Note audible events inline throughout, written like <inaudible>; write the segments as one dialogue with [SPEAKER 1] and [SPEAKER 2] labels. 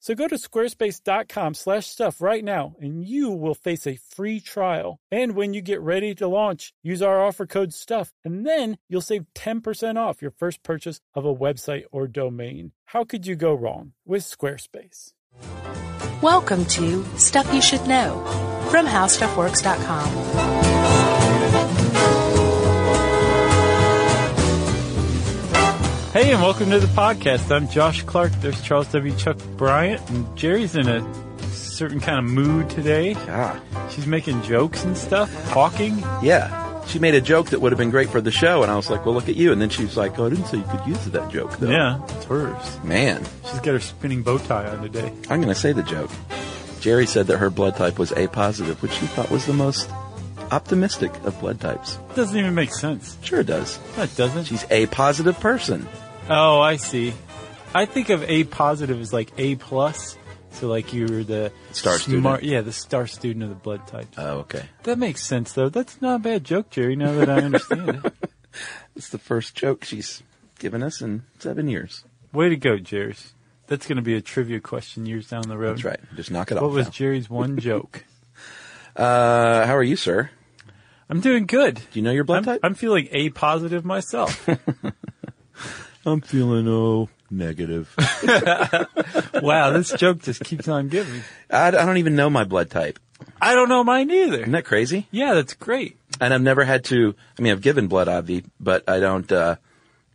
[SPEAKER 1] So go to squarespace.com slash stuff right now and you will face a free trial. And when you get ready to launch, use our offer code stuff and then you'll save 10% off your first purchase of a website or domain. How could you go wrong with Squarespace?
[SPEAKER 2] Welcome to Stuff You Should Know from HowStuffWorks.com.
[SPEAKER 1] Hey, and welcome to the podcast. I'm Josh Clark. There's Charles W. Chuck Bryant, and Jerry's in a certain kind of mood today.
[SPEAKER 3] Ah.
[SPEAKER 1] She's making jokes and stuff, talking.
[SPEAKER 3] Yeah. She made a joke that would have been great for the show, and I was like, well, look at you. And then she was like, oh, I didn't say you could use that joke, though.
[SPEAKER 1] Yeah, it's hers.
[SPEAKER 3] Man,
[SPEAKER 1] She's got her spinning bow tie on today.
[SPEAKER 3] I'm going to say the joke. Jerry said that her blood type was A positive, which she thought was the most optimistic of blood types.
[SPEAKER 1] Doesn't even make sense.
[SPEAKER 3] Sure it does.
[SPEAKER 1] That doesn't.
[SPEAKER 3] She's A positive person.
[SPEAKER 1] Oh, I see. I think of A positive as like A plus. So like you were the
[SPEAKER 3] Star
[SPEAKER 1] smart,
[SPEAKER 3] student.
[SPEAKER 1] yeah, the star student of the blood type.
[SPEAKER 3] Oh, okay.
[SPEAKER 1] That makes sense though. That's not a bad joke, Jerry. Now that I understand
[SPEAKER 3] <laughs>
[SPEAKER 1] it.
[SPEAKER 3] It's the first joke she's given us in seven years.
[SPEAKER 1] Way to go, Jerry. That's going to be a trivia question years down the road.
[SPEAKER 3] That's right. Just knock it
[SPEAKER 1] What
[SPEAKER 3] off.
[SPEAKER 1] was
[SPEAKER 3] now.
[SPEAKER 1] Jerry's one joke? <laughs>
[SPEAKER 3] uh, how are you, sir?
[SPEAKER 1] I'm doing good.
[SPEAKER 3] Do you know your blood
[SPEAKER 1] I'm,
[SPEAKER 3] type?
[SPEAKER 1] I'm feeling A
[SPEAKER 3] <laughs>
[SPEAKER 1] positive myself.
[SPEAKER 3] I'm feeling
[SPEAKER 1] oh,
[SPEAKER 3] O negative.
[SPEAKER 1] wow, this joke just keeps on giving.
[SPEAKER 3] <laughs> I, I don't even know my blood type.
[SPEAKER 1] I don't know mine either.
[SPEAKER 3] Isn't that crazy?
[SPEAKER 1] Yeah, that's great.
[SPEAKER 3] And I've never had to. I mean, I've given blood, IV, but I don't. Uh,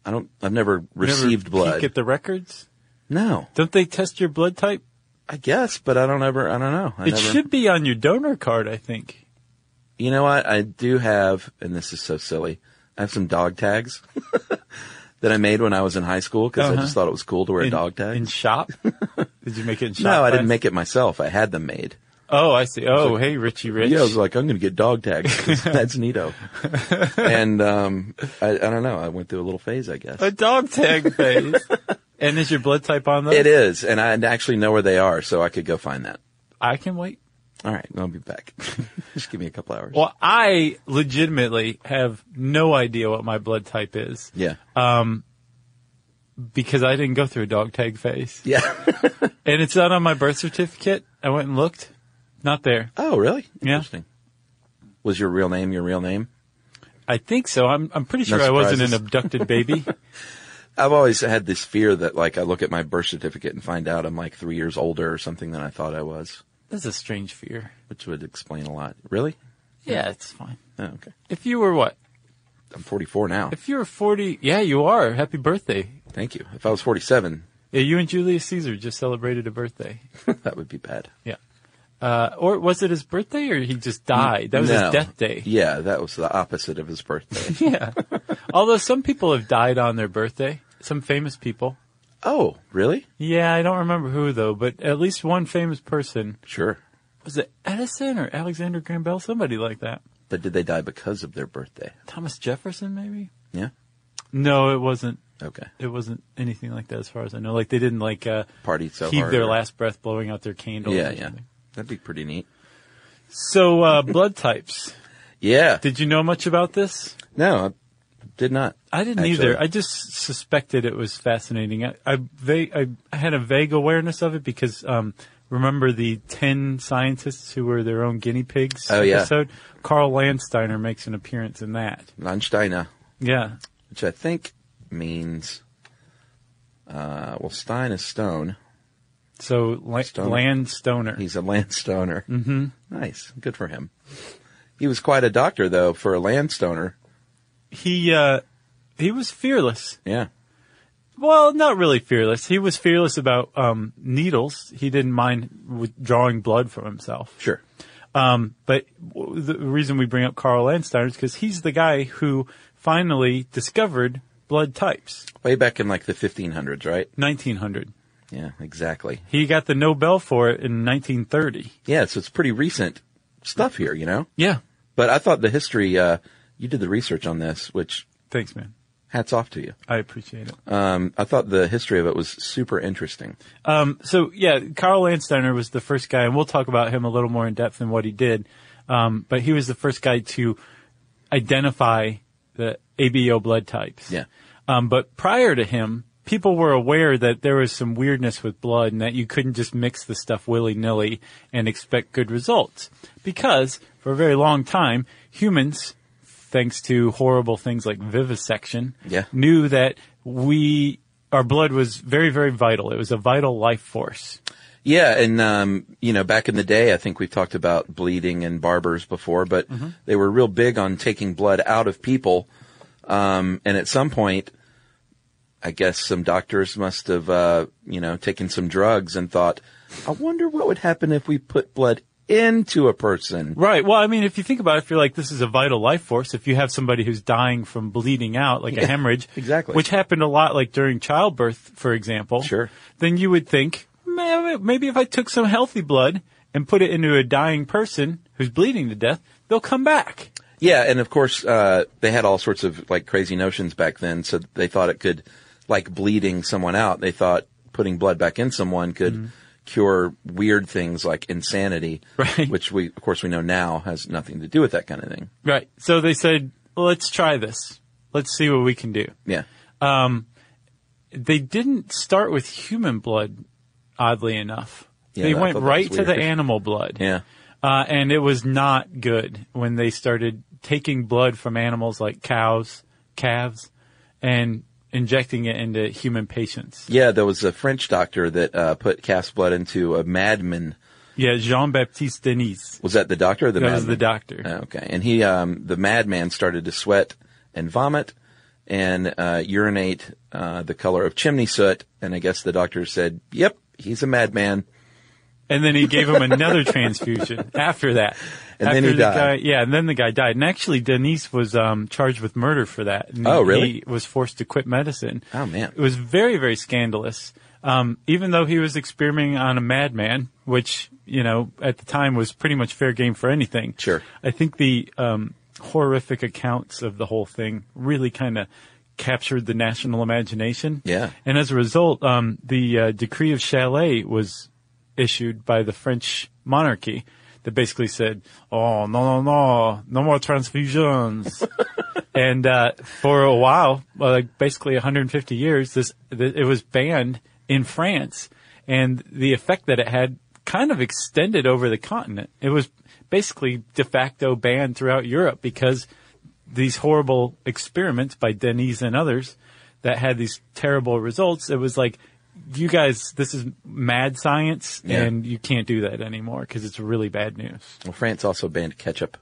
[SPEAKER 3] I don't. I've never received
[SPEAKER 1] Never
[SPEAKER 3] blood.
[SPEAKER 1] Peek at the records.
[SPEAKER 3] no,
[SPEAKER 1] Don't they test your blood type?
[SPEAKER 3] I guess, but I don't ever. I don't know. I
[SPEAKER 1] It
[SPEAKER 3] never,
[SPEAKER 1] should be on your donor card, I think.
[SPEAKER 3] You know what? I do have, and this is so silly. I have some dog tags <laughs> that I made when I was in high school because I
[SPEAKER 1] Uh-huh.
[SPEAKER 3] just thought it was cool to wear
[SPEAKER 1] in,
[SPEAKER 3] a dog tag. <laughs>
[SPEAKER 1] in shop. Did you make it in shop?
[SPEAKER 3] no, I didn't
[SPEAKER 1] class?
[SPEAKER 3] make it myself. I had them made.
[SPEAKER 1] Oh, I see. Oh, hey, Richie Rich.
[SPEAKER 3] Yeah, I was like, I'm going to get dog tags.
[SPEAKER 1] <laughs>
[SPEAKER 3] 'cause that's neato. and um, I, I don't know. I went through a little phase, I guess.
[SPEAKER 1] a dog
[SPEAKER 3] <laughs>
[SPEAKER 1] tag phase. and is your blood type on those?
[SPEAKER 3] It is, and I actually know where they are, so I could go find that.
[SPEAKER 1] I can wait.
[SPEAKER 3] All right, I'll be back. <laughs> Just give me a couple hours.
[SPEAKER 1] Well, I legitimately have no idea what my blood type is
[SPEAKER 3] yeah,
[SPEAKER 1] because I didn't go through a dog tag phase.
[SPEAKER 3] yeah. <laughs>
[SPEAKER 1] And it's not on my birth certificate. I went and looked. Not there.
[SPEAKER 3] oh, really?
[SPEAKER 1] Yeah.
[SPEAKER 3] Interesting. Was your real name your real name?
[SPEAKER 1] I think so. I'm, I'm pretty
[SPEAKER 3] No
[SPEAKER 1] sure I wasn't an
[SPEAKER 3] surprises. <laughs>
[SPEAKER 1] abducted baby.
[SPEAKER 3] I've always had this fear that, like, I look at my birth certificate and find out I'm like three years older or something than I thought I was,
[SPEAKER 1] That's a strange fear.
[SPEAKER 3] which would explain a lot. Really?
[SPEAKER 1] Yeah, it's fine.
[SPEAKER 3] Oh, okay.
[SPEAKER 1] If you were what?
[SPEAKER 3] I'm 44 now.
[SPEAKER 1] If you were 40, yeah, you are. Happy birthday.
[SPEAKER 3] Thank you. If I was 47,
[SPEAKER 1] Yeah, you and Julius Caesar just celebrated a birthday.
[SPEAKER 3] <laughs> that would be bad.
[SPEAKER 1] Yeah. Uh, or was it his birthday or he just died? That was
[SPEAKER 3] No.
[SPEAKER 1] his death day.
[SPEAKER 3] Yeah, that was the opposite of his
[SPEAKER 1] <laughs>
[SPEAKER 3] birthday.
[SPEAKER 1] Yeah. Although some people have died on their birthday. Some famous people.
[SPEAKER 3] oh, really?
[SPEAKER 1] Yeah, I don't remember who though, but at least one famous person.
[SPEAKER 3] Sure.
[SPEAKER 1] Was it Edison or Alexander Graham Bell? Somebody like that.
[SPEAKER 3] But did they die because of their birthday?
[SPEAKER 1] Thomas Jefferson maybe?
[SPEAKER 3] Yeah.
[SPEAKER 1] No, it wasn't.
[SPEAKER 3] Okay.
[SPEAKER 1] It wasn't anything like that as far as I know. Like they didn't like, uh,
[SPEAKER 3] Party so
[SPEAKER 1] heave
[SPEAKER 3] hard.
[SPEAKER 1] their last breath blowing out their candles.
[SPEAKER 3] Yeah,
[SPEAKER 1] or
[SPEAKER 3] yeah.
[SPEAKER 1] something.
[SPEAKER 3] That'd be pretty neat.
[SPEAKER 1] So, uh, blood types.
[SPEAKER 3] Yeah.
[SPEAKER 1] Did you know much about this?
[SPEAKER 3] No, I did not.
[SPEAKER 1] I didn't
[SPEAKER 3] Actually.
[SPEAKER 1] either. I just suspected it was fascinating. I I, va- I I had a vague awareness of it because um, remember the ten scientists who were their own guinea pigs
[SPEAKER 3] Oh, yeah.
[SPEAKER 1] episode? Carl Landsteiner makes an appearance in that.
[SPEAKER 3] Landsteiner,
[SPEAKER 1] Yeah.
[SPEAKER 3] which I think means, uh, well, Stein is stone.
[SPEAKER 1] So La-
[SPEAKER 3] Stoner.
[SPEAKER 1] Landstoner.
[SPEAKER 3] He's a <laughs> landstoner. Mm-hmm. Nice. Good for him. He was quite a doctor, though, for a landstoner.
[SPEAKER 1] He uh, he was fearless.
[SPEAKER 3] Yeah.
[SPEAKER 1] Well, not really fearless. He was fearless about um, needles. He didn't mind withdrawing blood from himself.
[SPEAKER 3] Sure.
[SPEAKER 1] Um, but w- the reason we bring up Carl Landsteiner is because he's the guy who finally discovered blood types.
[SPEAKER 3] Way back in like the 1500s, right?
[SPEAKER 1] 1900.
[SPEAKER 3] Yeah, exactly.
[SPEAKER 1] He got the Nobel for it in 1930.
[SPEAKER 3] Yeah, so it's pretty recent stuff here, you know?
[SPEAKER 1] Yeah.
[SPEAKER 3] But I thought the history, uh, you did the research on this, which
[SPEAKER 1] Thanks, man.
[SPEAKER 3] hats off to you.
[SPEAKER 1] I appreciate it.
[SPEAKER 3] Um, I thought the history of it was super interesting.
[SPEAKER 1] Um, so yeah, Carl Landsteiner was the first guy, and we'll talk about him a little more in depth and what he did. Um, but he was the first guy to identify the ABO blood types.
[SPEAKER 3] Yeah.
[SPEAKER 1] Um, but prior to him, people were aware that there was some weirdness with blood and that you couldn't just mix the stuff willy nilly and expect good results. Because for a very long time, humans, thanks to horrible things like vivisection,
[SPEAKER 3] Yeah.
[SPEAKER 1] knew that we, our blood was very, very vital. It was a vital life force.
[SPEAKER 3] Yeah, and um, you know, back in the day, I think we've talked about bleeding and barbers before, but they were real big on taking blood out of people. Um, and at some point, I guess some doctors must have, uh, you know, taken some drugs and thought, I wonder what would happen if we put blood into a person.
[SPEAKER 1] Right. Well, I mean, if you think about it, if you're like, this is a vital life force, if you have somebody who's dying from bleeding out, like a hemorrhage,
[SPEAKER 3] exactly.
[SPEAKER 1] which happened a lot, like during childbirth, for example,
[SPEAKER 3] Sure.
[SPEAKER 1] then you would think, "May- maybe if I took some healthy blood and put it into a dying person who's bleeding to death, they'll come back.
[SPEAKER 3] Yeah, and of course, uh, they had all sorts of like crazy notions back then. So they thought it could, like bleeding someone out, they thought putting blood back in someone could
[SPEAKER 1] Mm-hmm.
[SPEAKER 3] cure weird things like insanity,
[SPEAKER 1] Right.
[SPEAKER 3] which we, of course, we know now has nothing to do with that kind of thing.
[SPEAKER 1] Right. So they said, let's try this. Let's see what we can do.
[SPEAKER 3] Yeah.
[SPEAKER 1] They didn't start with human blood, oddly enough.
[SPEAKER 3] Yeah,
[SPEAKER 1] they
[SPEAKER 3] I
[SPEAKER 1] went
[SPEAKER 3] thought that
[SPEAKER 1] right
[SPEAKER 3] was
[SPEAKER 1] to the
[SPEAKER 3] weird.
[SPEAKER 1] animal blood.
[SPEAKER 3] Yeah.
[SPEAKER 1] Uh, and it was not good when they started taking blood from animals like cows, calves, and injecting it into human patients.
[SPEAKER 3] Yeah, there was a French doctor that uh, put calf's blood into a madman.
[SPEAKER 1] Yeah, Jean Baptiste Denis.
[SPEAKER 3] Was that the doctor or the
[SPEAKER 1] That
[SPEAKER 3] madman?
[SPEAKER 1] was the doctor.
[SPEAKER 3] Oh, Okay. And he, um, the madman started to sweat and vomit and, uh, urinate, uh, the color of chimney soot. And I guess the doctor said, yep, he's a madman.
[SPEAKER 1] And then he gave him another transfusion after that.
[SPEAKER 3] And
[SPEAKER 1] after
[SPEAKER 3] then he
[SPEAKER 1] the
[SPEAKER 3] died.
[SPEAKER 1] Guy, yeah, and then the guy died. And actually, Denise was um, charged with murder for that. And
[SPEAKER 3] Oh, really?
[SPEAKER 1] He was forced to quit medicine.
[SPEAKER 3] Oh, man.
[SPEAKER 1] It was very, very scandalous. Um, even though he was experimenting on a madman, which you know at the time was pretty much fair game for anything.
[SPEAKER 3] Sure.
[SPEAKER 1] I think the um, horrific accounts of the whole thing really kind of captured the national imagination.
[SPEAKER 3] Yeah.
[SPEAKER 1] And as a result, um, the uh, decree of Chalet was issued by the French monarchy that basically said, "Oh no, no, no, no more transfusions." and uh, for a while, well, like basically 150 years, this th- it was banned in France, and the effect that it had kind of extended over the continent. It was basically de facto banned throughout Europe because these horrible experiments by Denise and others that had these terrible results. It was like, you guys, this is mad science,
[SPEAKER 3] Yeah.
[SPEAKER 1] and you can't do that anymore because it's really bad news.
[SPEAKER 3] Well, France also banned ketchup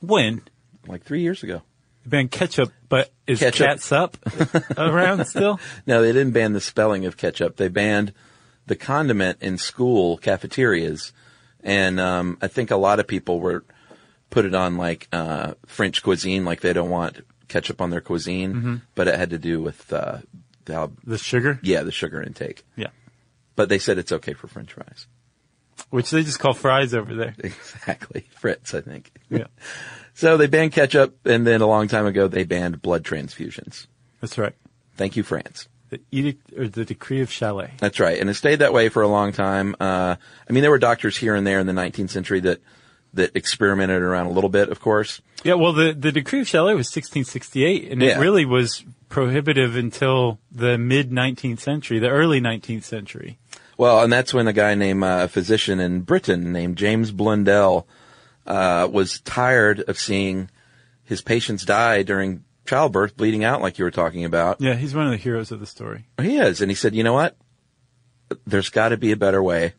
[SPEAKER 1] When
[SPEAKER 3] like three years ago.
[SPEAKER 1] ban ketchup, but is
[SPEAKER 3] Ketchup. <laughs>
[SPEAKER 1] cats up around still?
[SPEAKER 3] No, they didn't ban the spelling of ketchup. They banned the condiment in school cafeterias. And, um, I think a lot of people were put it on like, uh, French cuisine, like they don't want ketchup on their cuisine, but it had to do with, uh, how,
[SPEAKER 1] The sugar,
[SPEAKER 3] yeah, the sugar intake.
[SPEAKER 1] yeah,
[SPEAKER 3] but they said it's okay for french fries. <laughs>
[SPEAKER 1] which they just call fries over there.
[SPEAKER 3] Exactly. Fritz, I think.
[SPEAKER 1] Yeah,
[SPEAKER 3] So they banned ketchup and then a long time ago they banned blood transfusions.
[SPEAKER 1] that's right.
[SPEAKER 3] Thank you, France.
[SPEAKER 1] The edict or the decree of Chalet.
[SPEAKER 3] That's right. And it stayed that way for a long time. Uh, I mean, there were doctors here and there in the 19th century that, that experimented around a little bit, of course.
[SPEAKER 1] Yeah, well, the, the decree of Chalet was 1668, and
[SPEAKER 3] Yeah.
[SPEAKER 1] it really was prohibitive until the mid 19th century, the early 19th century.
[SPEAKER 3] Well, and that's when a guy named, uh, a physician in Britain named James Blundell, uh, was tired of seeing his patients die during childbirth, bleeding out like you were talking about.
[SPEAKER 1] Yeah, he's one of the heroes of the story.
[SPEAKER 3] He is. And he said, you know what? There's got to be a better way.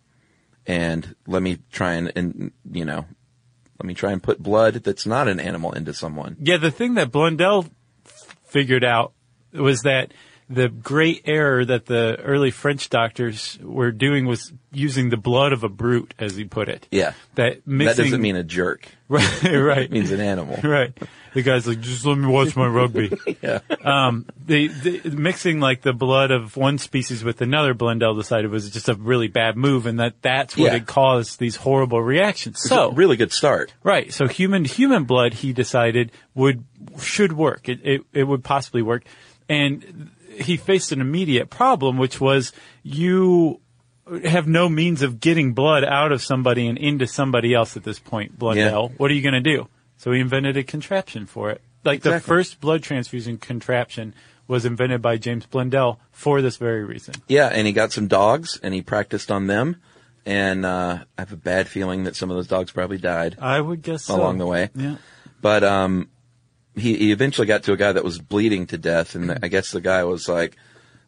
[SPEAKER 3] And let me try and, and, you know, let me try and put blood that's not an animal into someone.
[SPEAKER 1] Yeah, the thing that Blundell f- figured out was that the great error that the early French doctors were doing was using the blood of a brute, as he put it.
[SPEAKER 3] Yeah.
[SPEAKER 1] That mixing.
[SPEAKER 3] That doesn't mean a jerk.
[SPEAKER 1] right, <laughs> right,
[SPEAKER 3] It <laughs> means an
[SPEAKER 1] <laughs>
[SPEAKER 3] animal.
[SPEAKER 1] right. The guy's like, just let me watch my rugby.
[SPEAKER 3] <laughs> Yeah.
[SPEAKER 1] um, they, they mixing like the blood of one species with another. Blundell decided was just a really bad move, and that that's what
[SPEAKER 3] Yeah.
[SPEAKER 1] had caused these horrible reactions. So
[SPEAKER 3] Oh. really good start.
[SPEAKER 1] Right. So human human blood, he decided would should work. It it, it would possibly work, and he faced an immediate problem, which was you have no means of getting blood out of somebody and into somebody else at this point. Blundell, what are you going to do? So he invented a contraption for it. Like the
[SPEAKER 3] Exactly.
[SPEAKER 1] first blood transfusion contraption was invented by James Blundell for this very reason.
[SPEAKER 3] Yeah, and he got some dogs and he practiced on them. And uh, I have a bad feeling that some of those dogs probably died
[SPEAKER 1] I would guess so.
[SPEAKER 3] along the way.
[SPEAKER 1] Yeah.
[SPEAKER 3] But um, he, he eventually got to a guy that was bleeding to death, and I guess the guy was like,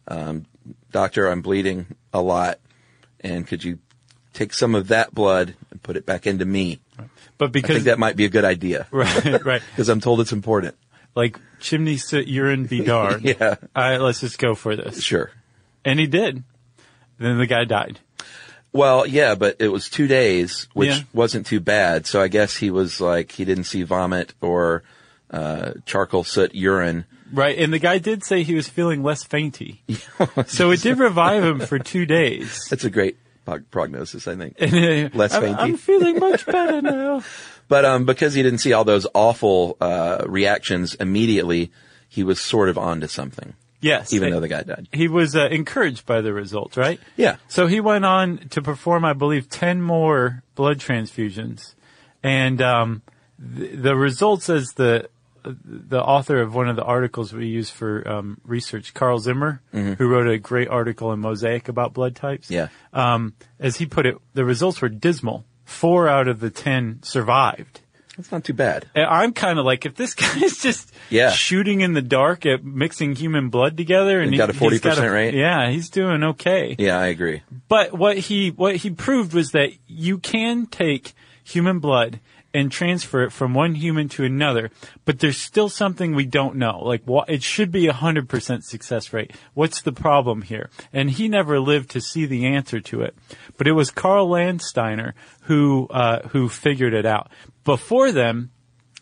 [SPEAKER 3] um, "Doctor, I'm bleeding a lot, and could you take some of that blood and put it back into me?
[SPEAKER 1] But
[SPEAKER 3] I think
[SPEAKER 1] because
[SPEAKER 3] that might be a good idea
[SPEAKER 1] <laughs> right right.
[SPEAKER 3] because I'm told it's important."
[SPEAKER 1] like chimney soot urine Vidar.
[SPEAKER 3] <laughs> Yeah.
[SPEAKER 1] All right, let's just go for this.
[SPEAKER 3] Sure.
[SPEAKER 1] And he did. Then the guy died.
[SPEAKER 3] Well, yeah, but it was two days, which
[SPEAKER 1] Yeah.
[SPEAKER 3] wasn't too bad. So I guess he was like he didn't see vomit or uh, charcoal soot urine.
[SPEAKER 1] Right. And the guy did say he was feeling
[SPEAKER 3] <laughs>
[SPEAKER 1] less fainty. so it did revive him for two days.
[SPEAKER 3] That's a great prog- prognosis, I
[SPEAKER 1] <laughs>
[SPEAKER 3] think.
[SPEAKER 1] less
[SPEAKER 3] fainty.
[SPEAKER 1] I'm feeling much
[SPEAKER 3] <laughs>
[SPEAKER 1] better now.
[SPEAKER 3] But um, because he didn't see all those awful uh, reactions immediately, he was sort of onto something,
[SPEAKER 1] Yes.
[SPEAKER 3] even though the guy died.
[SPEAKER 1] he was uh, encouraged by the result, right?
[SPEAKER 3] Yeah.
[SPEAKER 1] So he went on to perform, I believe, 10 more blood transfusions. And um, the, the results, as the the author of one of the articles we use for um, research, Carl Zimmer, who wrote a great article in Mosaic about blood types.
[SPEAKER 3] Mm-hmm. Yeah.
[SPEAKER 1] Um, as he put it, the results were dismal. Four out of the 10 survived.
[SPEAKER 3] That's not too bad.
[SPEAKER 1] And I'm kind of like, if this <laughs> guy is just
[SPEAKER 3] Yeah.
[SPEAKER 1] shooting in the dark at mixing human blood together and
[SPEAKER 3] He's got a
[SPEAKER 1] he's
[SPEAKER 3] 40% rate.
[SPEAKER 1] Yeah, he's doing okay.
[SPEAKER 3] Yeah, I agree.
[SPEAKER 1] But what he, what he proved was that you can take human blood and transfer it from one human to another, but there's still something we don't know. Like what, it should be a hundred percent success rate. What's the problem here? And he never lived to see the answer to it, but it was Carl Landsteiner who, uh, who figured it out. Before them,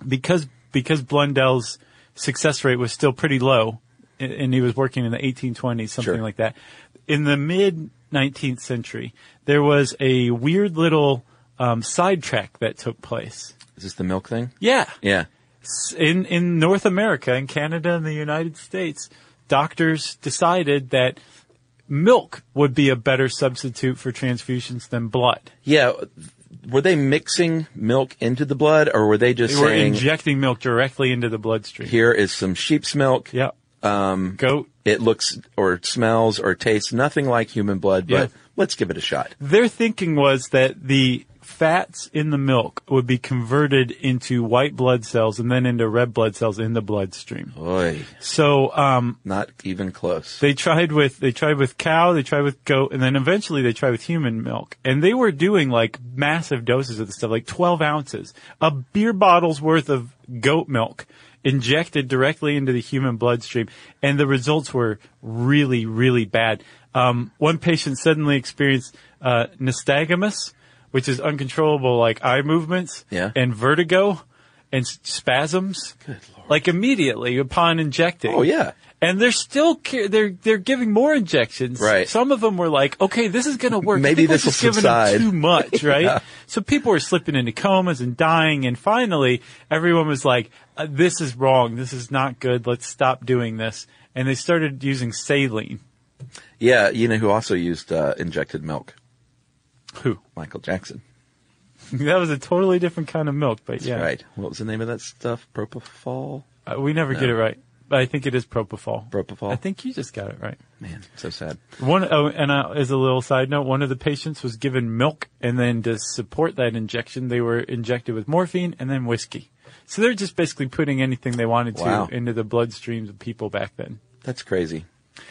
[SPEAKER 1] because because Blundell's success rate was still pretty low, a- and he was working in the 1820s, something
[SPEAKER 3] Sure.
[SPEAKER 1] like that. In the mid 19th century, there was a weird little um, sidetrack that took place.
[SPEAKER 3] Is this the milk thing?
[SPEAKER 1] Yeah,
[SPEAKER 3] Yeah.
[SPEAKER 1] S- in in North America, in Canada, and the United States, doctors decided that milk would be a better substitute for transfusions than blood.
[SPEAKER 3] Yeah. Were they mixing milk into the blood or were they just
[SPEAKER 1] They were
[SPEAKER 3] saying,
[SPEAKER 1] injecting milk directly into the bloodstream.
[SPEAKER 3] here is some sheep's milk?
[SPEAKER 1] Yeah. Um, Goat.
[SPEAKER 3] It looks or smells or tastes nothing like human blood, but
[SPEAKER 1] Yeah.
[SPEAKER 3] let's give it a shot.
[SPEAKER 1] Their thinking was that the fats in the milk would be converted into white blood cells and then into red blood cells in the bloodstream.
[SPEAKER 3] Boy,
[SPEAKER 1] So um,
[SPEAKER 3] not even close.
[SPEAKER 1] they tried with they tried with cow, they tried with goat, and then eventually they tried with human milk. And they were doing like massive doses of this stuff, like twelve ounces, a beer bottle's worth of goat milk injected directly into the human bloodstream, and the results were really, really bad. Um, one patient suddenly experienced uh, nystagmus, which is uncontrollable like eye movements,
[SPEAKER 3] Yeah.
[SPEAKER 1] and vertigo, and s- spasms. Like immediately upon injecting.
[SPEAKER 3] Oh, yeah.
[SPEAKER 1] And they're still ca- they're they're giving more injections.
[SPEAKER 3] Right.
[SPEAKER 1] Some of them were like, okay, this is gonna work. I
[SPEAKER 3] Maybe
[SPEAKER 1] think we're
[SPEAKER 3] this will
[SPEAKER 1] just giving them
[SPEAKER 3] subside. <laughs>
[SPEAKER 1] too much, right? So people were slipping into comas and dying. And finally, everyone was like, uh, this is wrong. This is not good. Let's stop doing this. And they started using saline.
[SPEAKER 3] yeah, you know who also used uh, injected milk?
[SPEAKER 1] Who?
[SPEAKER 3] Michael Jackson.
[SPEAKER 1] <laughs> that was a totally different kind of milk. But yeah,
[SPEAKER 3] Right. What was the name of that stuff? Propofol?
[SPEAKER 1] Uh, we never get it right. But I think it is propofol.
[SPEAKER 3] Propofol?
[SPEAKER 1] I think you just got it right.
[SPEAKER 3] Man, so sad.
[SPEAKER 1] One oh, and uh, as a little side note, one of the patients was given milk, and then to support that injection, they were injected with morphine and then whiskey. So they're just basically putting anything they wanted to
[SPEAKER 3] Wow.
[SPEAKER 1] into the bloodstreams of people back then.
[SPEAKER 3] That's crazy.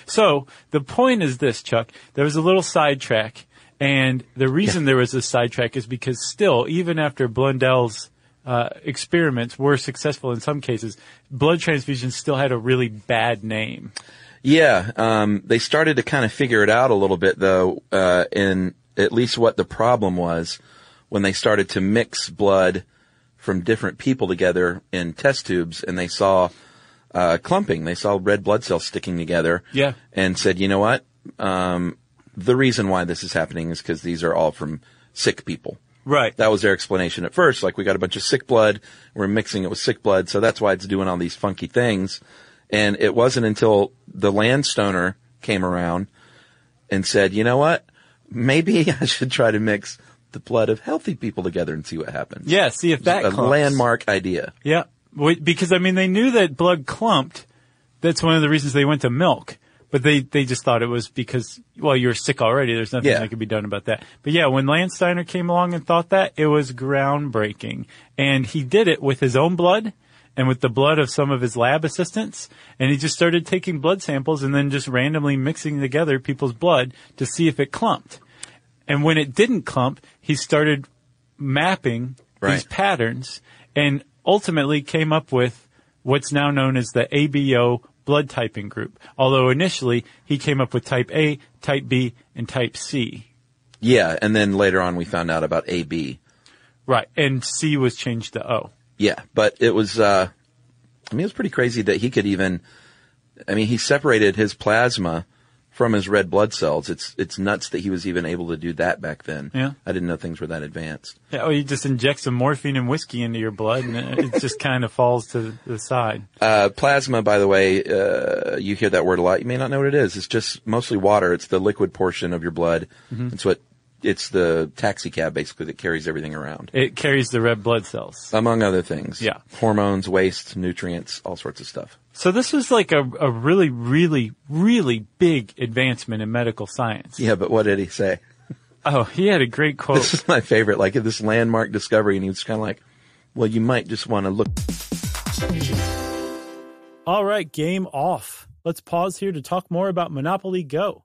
[SPEAKER 1] So the point is this, Chuck. There was a little sidetrack, and the reason there was this sidetrack is because still, even after Blundell's uh, experiments were successful in some cases, blood transfusion still had a really bad name.
[SPEAKER 3] Yeah, um, they started to kind of figure it out a little bit though, uh, in at least what the problem was when they started to mix blood from different people together in test tubes and they saw, uh, clumping. They saw red blood cells sticking together.
[SPEAKER 1] Yeah.
[SPEAKER 3] And said, you know what? Um, the reason why this is happening is because these are all from sick people.
[SPEAKER 1] Right.
[SPEAKER 3] That was their explanation at first. Like we got a bunch of sick blood. We're mixing it with sick blood. So that's why it's doing all these funky things. And it wasn't until the landstoner came around and said, you know what? Maybe <laughs> I should try to mix the blood of healthy people together and see what happens.
[SPEAKER 1] yeah. See if that
[SPEAKER 3] A
[SPEAKER 1] clumps.
[SPEAKER 3] landmark idea.
[SPEAKER 1] Yeah, Wait, because I mean they knew that blood clumped. That's one of the reasons they went to milk. But they, they just thought it was because well you're sick already. There's nothing
[SPEAKER 3] Yeah.
[SPEAKER 1] that could be done about that. But yeah, when Landsteiner came along and thought that it was groundbreaking, and he did it with his own blood and with the blood of some of his lab assistants, and he just started taking blood samples and then just randomly mixing together people's blood to see if it clumped. And when it didn't clump, he started mapping these
[SPEAKER 3] Right.
[SPEAKER 1] patterns and ultimately came up with what's now known as the ABO blood typing group. Although initially he came up with type A, type B, and type C.
[SPEAKER 3] Yeah. And then later on we found out about AB.
[SPEAKER 1] Right. And C was changed to O.
[SPEAKER 3] Yeah, but it was, uh, I mean, it was pretty crazy that he could even, I mean, he separated his plasma from his red blood cells. It's, it's nuts that he was even able to do that back then.
[SPEAKER 1] Yeah.
[SPEAKER 3] I didn't know things were that advanced.
[SPEAKER 1] Yeah, Or you just inject some morphine and whiskey into your blood and it it just kind of <laughs> falls to the side.
[SPEAKER 3] Uh, plasma, by the way, uh, you hear that word a lot. You may not know what it is. It's just mostly water. It's the liquid portion of your blood.
[SPEAKER 1] Mm-hmm.
[SPEAKER 3] It's what, it's the taxi cab basically that carries everything around.
[SPEAKER 1] It carries the red blood cells.
[SPEAKER 3] Among other things.
[SPEAKER 1] Yeah.
[SPEAKER 3] Hormones, waste, nutrients, all sorts of stuff.
[SPEAKER 1] So this was like a, a really, really, really big advancement in medical science.
[SPEAKER 3] Yeah, but what did he say?
[SPEAKER 1] Oh, he had a great
[SPEAKER 3] <laughs> This
[SPEAKER 1] quote.
[SPEAKER 3] is my favorite, like this landmark discovery, and he was kind of like, "Well, you might just want to look."
[SPEAKER 4] <laughs> All right, game off. Let's pause here to talk more about Monopoly Go.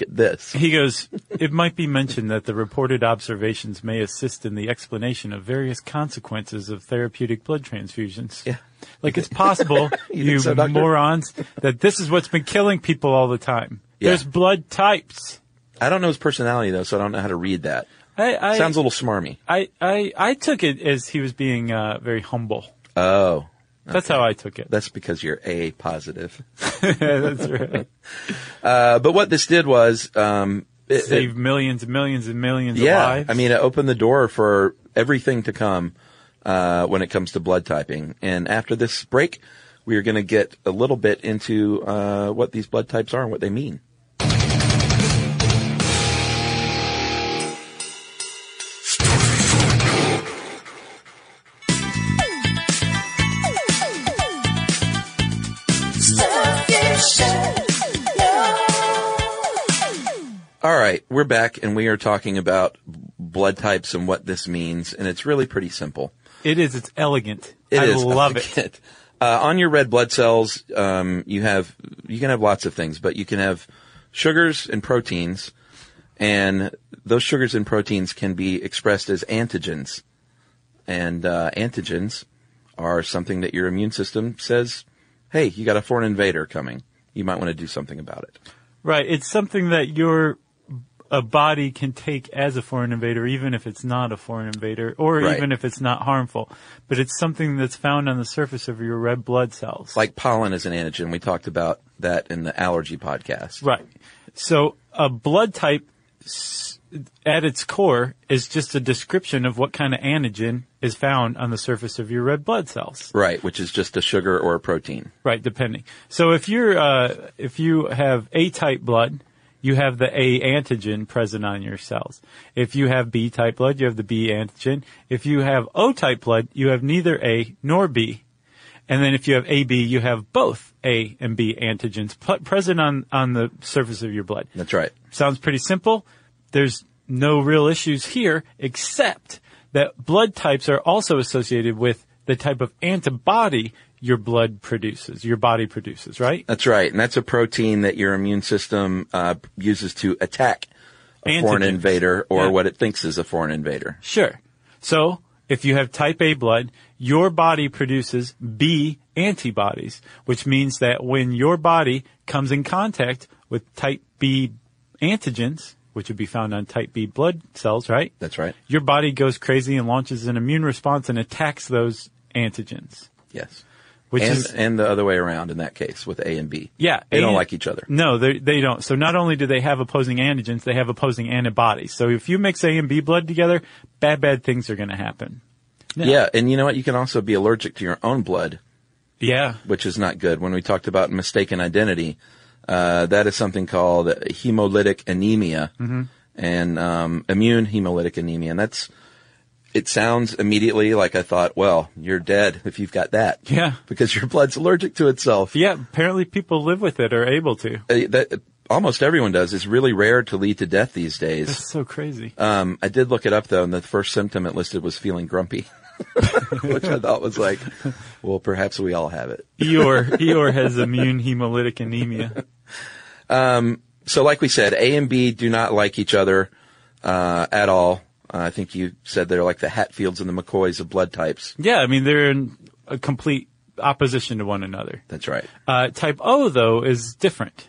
[SPEAKER 3] Look at this.
[SPEAKER 1] He goes, it might be mentioned that the reported observations may assist in the explanation of various consequences of therapeutic blood transfusions.
[SPEAKER 3] Yeah.
[SPEAKER 1] Like it's possible,
[SPEAKER 3] <laughs> You
[SPEAKER 1] you,
[SPEAKER 3] think so, doctor?
[SPEAKER 1] morons, that this is what's been killing people all the time.
[SPEAKER 3] Yeah.
[SPEAKER 1] There's blood types.
[SPEAKER 3] I don't know his personality though, so I don't know how to read that.
[SPEAKER 1] I, I,
[SPEAKER 3] Sounds a little smarmy.
[SPEAKER 1] I, I, I took it as he was being uh, very humble.
[SPEAKER 3] Oh,
[SPEAKER 1] That's how I took it. <laughs>
[SPEAKER 3] that's because you're A positive.
[SPEAKER 1] That's right.
[SPEAKER 3] Uh, but what this did was, um, it- it-
[SPEAKER 1] Save millions and millions and millions
[SPEAKER 3] yeah,
[SPEAKER 1] of lives.
[SPEAKER 3] I mean, it opened the door for everything to come uh, when it comes to blood typing. And after this break, we are going to get a little bit into uh, what these blood types are and what they mean. All right, we're back and we are talking about blood types and what this means, and it's really pretty simple.
[SPEAKER 1] It is. It's elegant.
[SPEAKER 3] It
[SPEAKER 1] I
[SPEAKER 3] is <laughs>
[SPEAKER 1] love it.
[SPEAKER 3] elegant. Uh, on your red blood cells, um, you have you can have lots of things, but you can have sugars and proteins, and those sugars and proteins can be expressed as antigens, and uh, antigens are something that your immune system says, "Hey, you got a foreign invader coming. You might want to do something about it."
[SPEAKER 1] Right. It's something that your a body can take as a foreign invader, even if it's not a foreign invader, or
[SPEAKER 3] Right.
[SPEAKER 1] even if it's not harmful. But it's something that's found on the surface of your red blood cells.
[SPEAKER 3] Like pollen is an antigen. We talked about that in the allergy podcast.
[SPEAKER 1] Right. So a blood type s- at its core is just a description of what kind of antigen is found on the surface of your red blood cells.
[SPEAKER 3] Right, which is just a sugar or a protein.
[SPEAKER 1] Right, depending. So if you're uh, if you have A type blood, you have the A antigen present on your cells. If you have B type blood, you have the B antigen. If you have O type blood, you have neither A nor B. And then if you have AB, you have both A and B antigens pl- present on on the surface of your blood.
[SPEAKER 3] That's right.
[SPEAKER 1] Sounds pretty simple. There's no real issues here, except that blood types are also associated with the type of antibody your blood produces, your body produces, right?
[SPEAKER 3] That's right, and that's a protein that your immune system uh, uses to attack a foreign
[SPEAKER 1] Antigens.
[SPEAKER 3] invader or
[SPEAKER 1] Yeah.
[SPEAKER 3] what it thinks is a foreign invader.
[SPEAKER 1] Sure. So if you have type A blood, your body produces B antibodies, which means that when your body comes in contact with type B antigens, which would be found on type B blood cells, right?
[SPEAKER 3] That's right.
[SPEAKER 1] your body goes crazy and launches an immune response and attacks those antigens.
[SPEAKER 3] Yes,
[SPEAKER 1] Which
[SPEAKER 3] and
[SPEAKER 1] is
[SPEAKER 3] and the other way around in that case with A and B.
[SPEAKER 1] yeah, Mm,
[SPEAKER 3] they don't
[SPEAKER 1] and-
[SPEAKER 3] like each other.
[SPEAKER 1] No, they they don't. So not only do they have opposing antigens, they have opposing antibodies. So if you mix A and B blood together, bad bad things are going to happen.
[SPEAKER 3] Yeah. and you know what? You can also be allergic to your own blood,
[SPEAKER 1] Yeah,
[SPEAKER 3] which is not good. When we talked about mistaken identity, uh, that is something called hemolytic anemia
[SPEAKER 1] Mm-hmm.
[SPEAKER 3] and um, immune hemolytic anemia, and that's. It sounds immediately like I thought, well, you're dead if you've got that.
[SPEAKER 1] yeah,
[SPEAKER 3] because your blood's allergic to itself.
[SPEAKER 1] yeah. Apparently, people live with it or able to.
[SPEAKER 3] Uh, That uh, almost everyone does. It's really rare to lead to death these days.
[SPEAKER 1] That's so crazy.
[SPEAKER 3] Um, I did look it up though, and the first symptom it listed was feeling grumpy, <laughs> which I thought was like, well, perhaps we all have it.
[SPEAKER 1] <laughs> Eeyore Eeyore has immune hemolytic anemia.
[SPEAKER 3] So, like we said, A and B do not like each other uh, at all. Uh, I think you said they're like the Hatfields and the McCoys of blood types.
[SPEAKER 1] Yeah, I mean they're in a complete opposition to one another.
[SPEAKER 3] That's right.
[SPEAKER 1] Uh, type O though is different.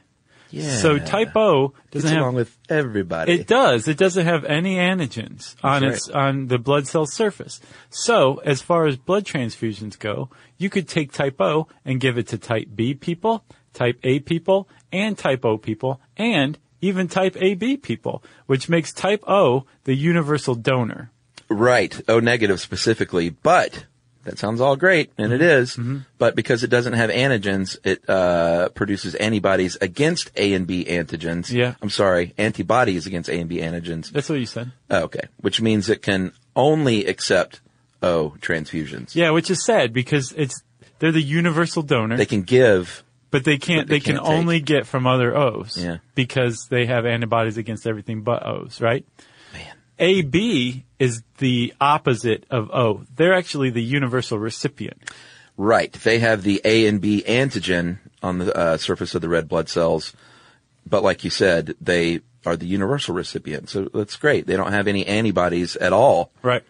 [SPEAKER 3] Yeah.
[SPEAKER 1] So type O
[SPEAKER 3] gets
[SPEAKER 1] doesn't have
[SPEAKER 3] along with everybody.
[SPEAKER 1] it does. It doesn't have any antigens on
[SPEAKER 3] That's
[SPEAKER 1] its on the blood cell surface. So as far as blood transfusions go, you could take type O and give it to type B people, type A people, and type O people, and even type AB people, which makes type O the universal donor.
[SPEAKER 3] Right. O negative specifically, but that sounds all great, and it
[SPEAKER 1] Mm-hmm.
[SPEAKER 3] is, But because it doesn't have antigens, it uh, produces antibodies against A and B antigens.
[SPEAKER 1] Yeah.
[SPEAKER 3] I'm sorry, antibodies against A and B antigens.
[SPEAKER 1] That's what you said.
[SPEAKER 3] Oh, okay. Which means it can only accept O transfusions.
[SPEAKER 1] Yeah, which is sad because it's they're the universal donor.
[SPEAKER 3] They can give.
[SPEAKER 1] But they can't.
[SPEAKER 3] they
[SPEAKER 1] they, can
[SPEAKER 3] can't take.
[SPEAKER 1] only get from other O's.
[SPEAKER 3] Yeah.
[SPEAKER 1] Because they have antibodies against everything but O's, right? AB is the opposite of O. They're actually the universal recipient.
[SPEAKER 3] Right. They have the A and B antigen on the uh, surface of the red blood cells, but like you said, they are the universal recipient. So that's great. They don't have any antibodies at all.
[SPEAKER 1] Right.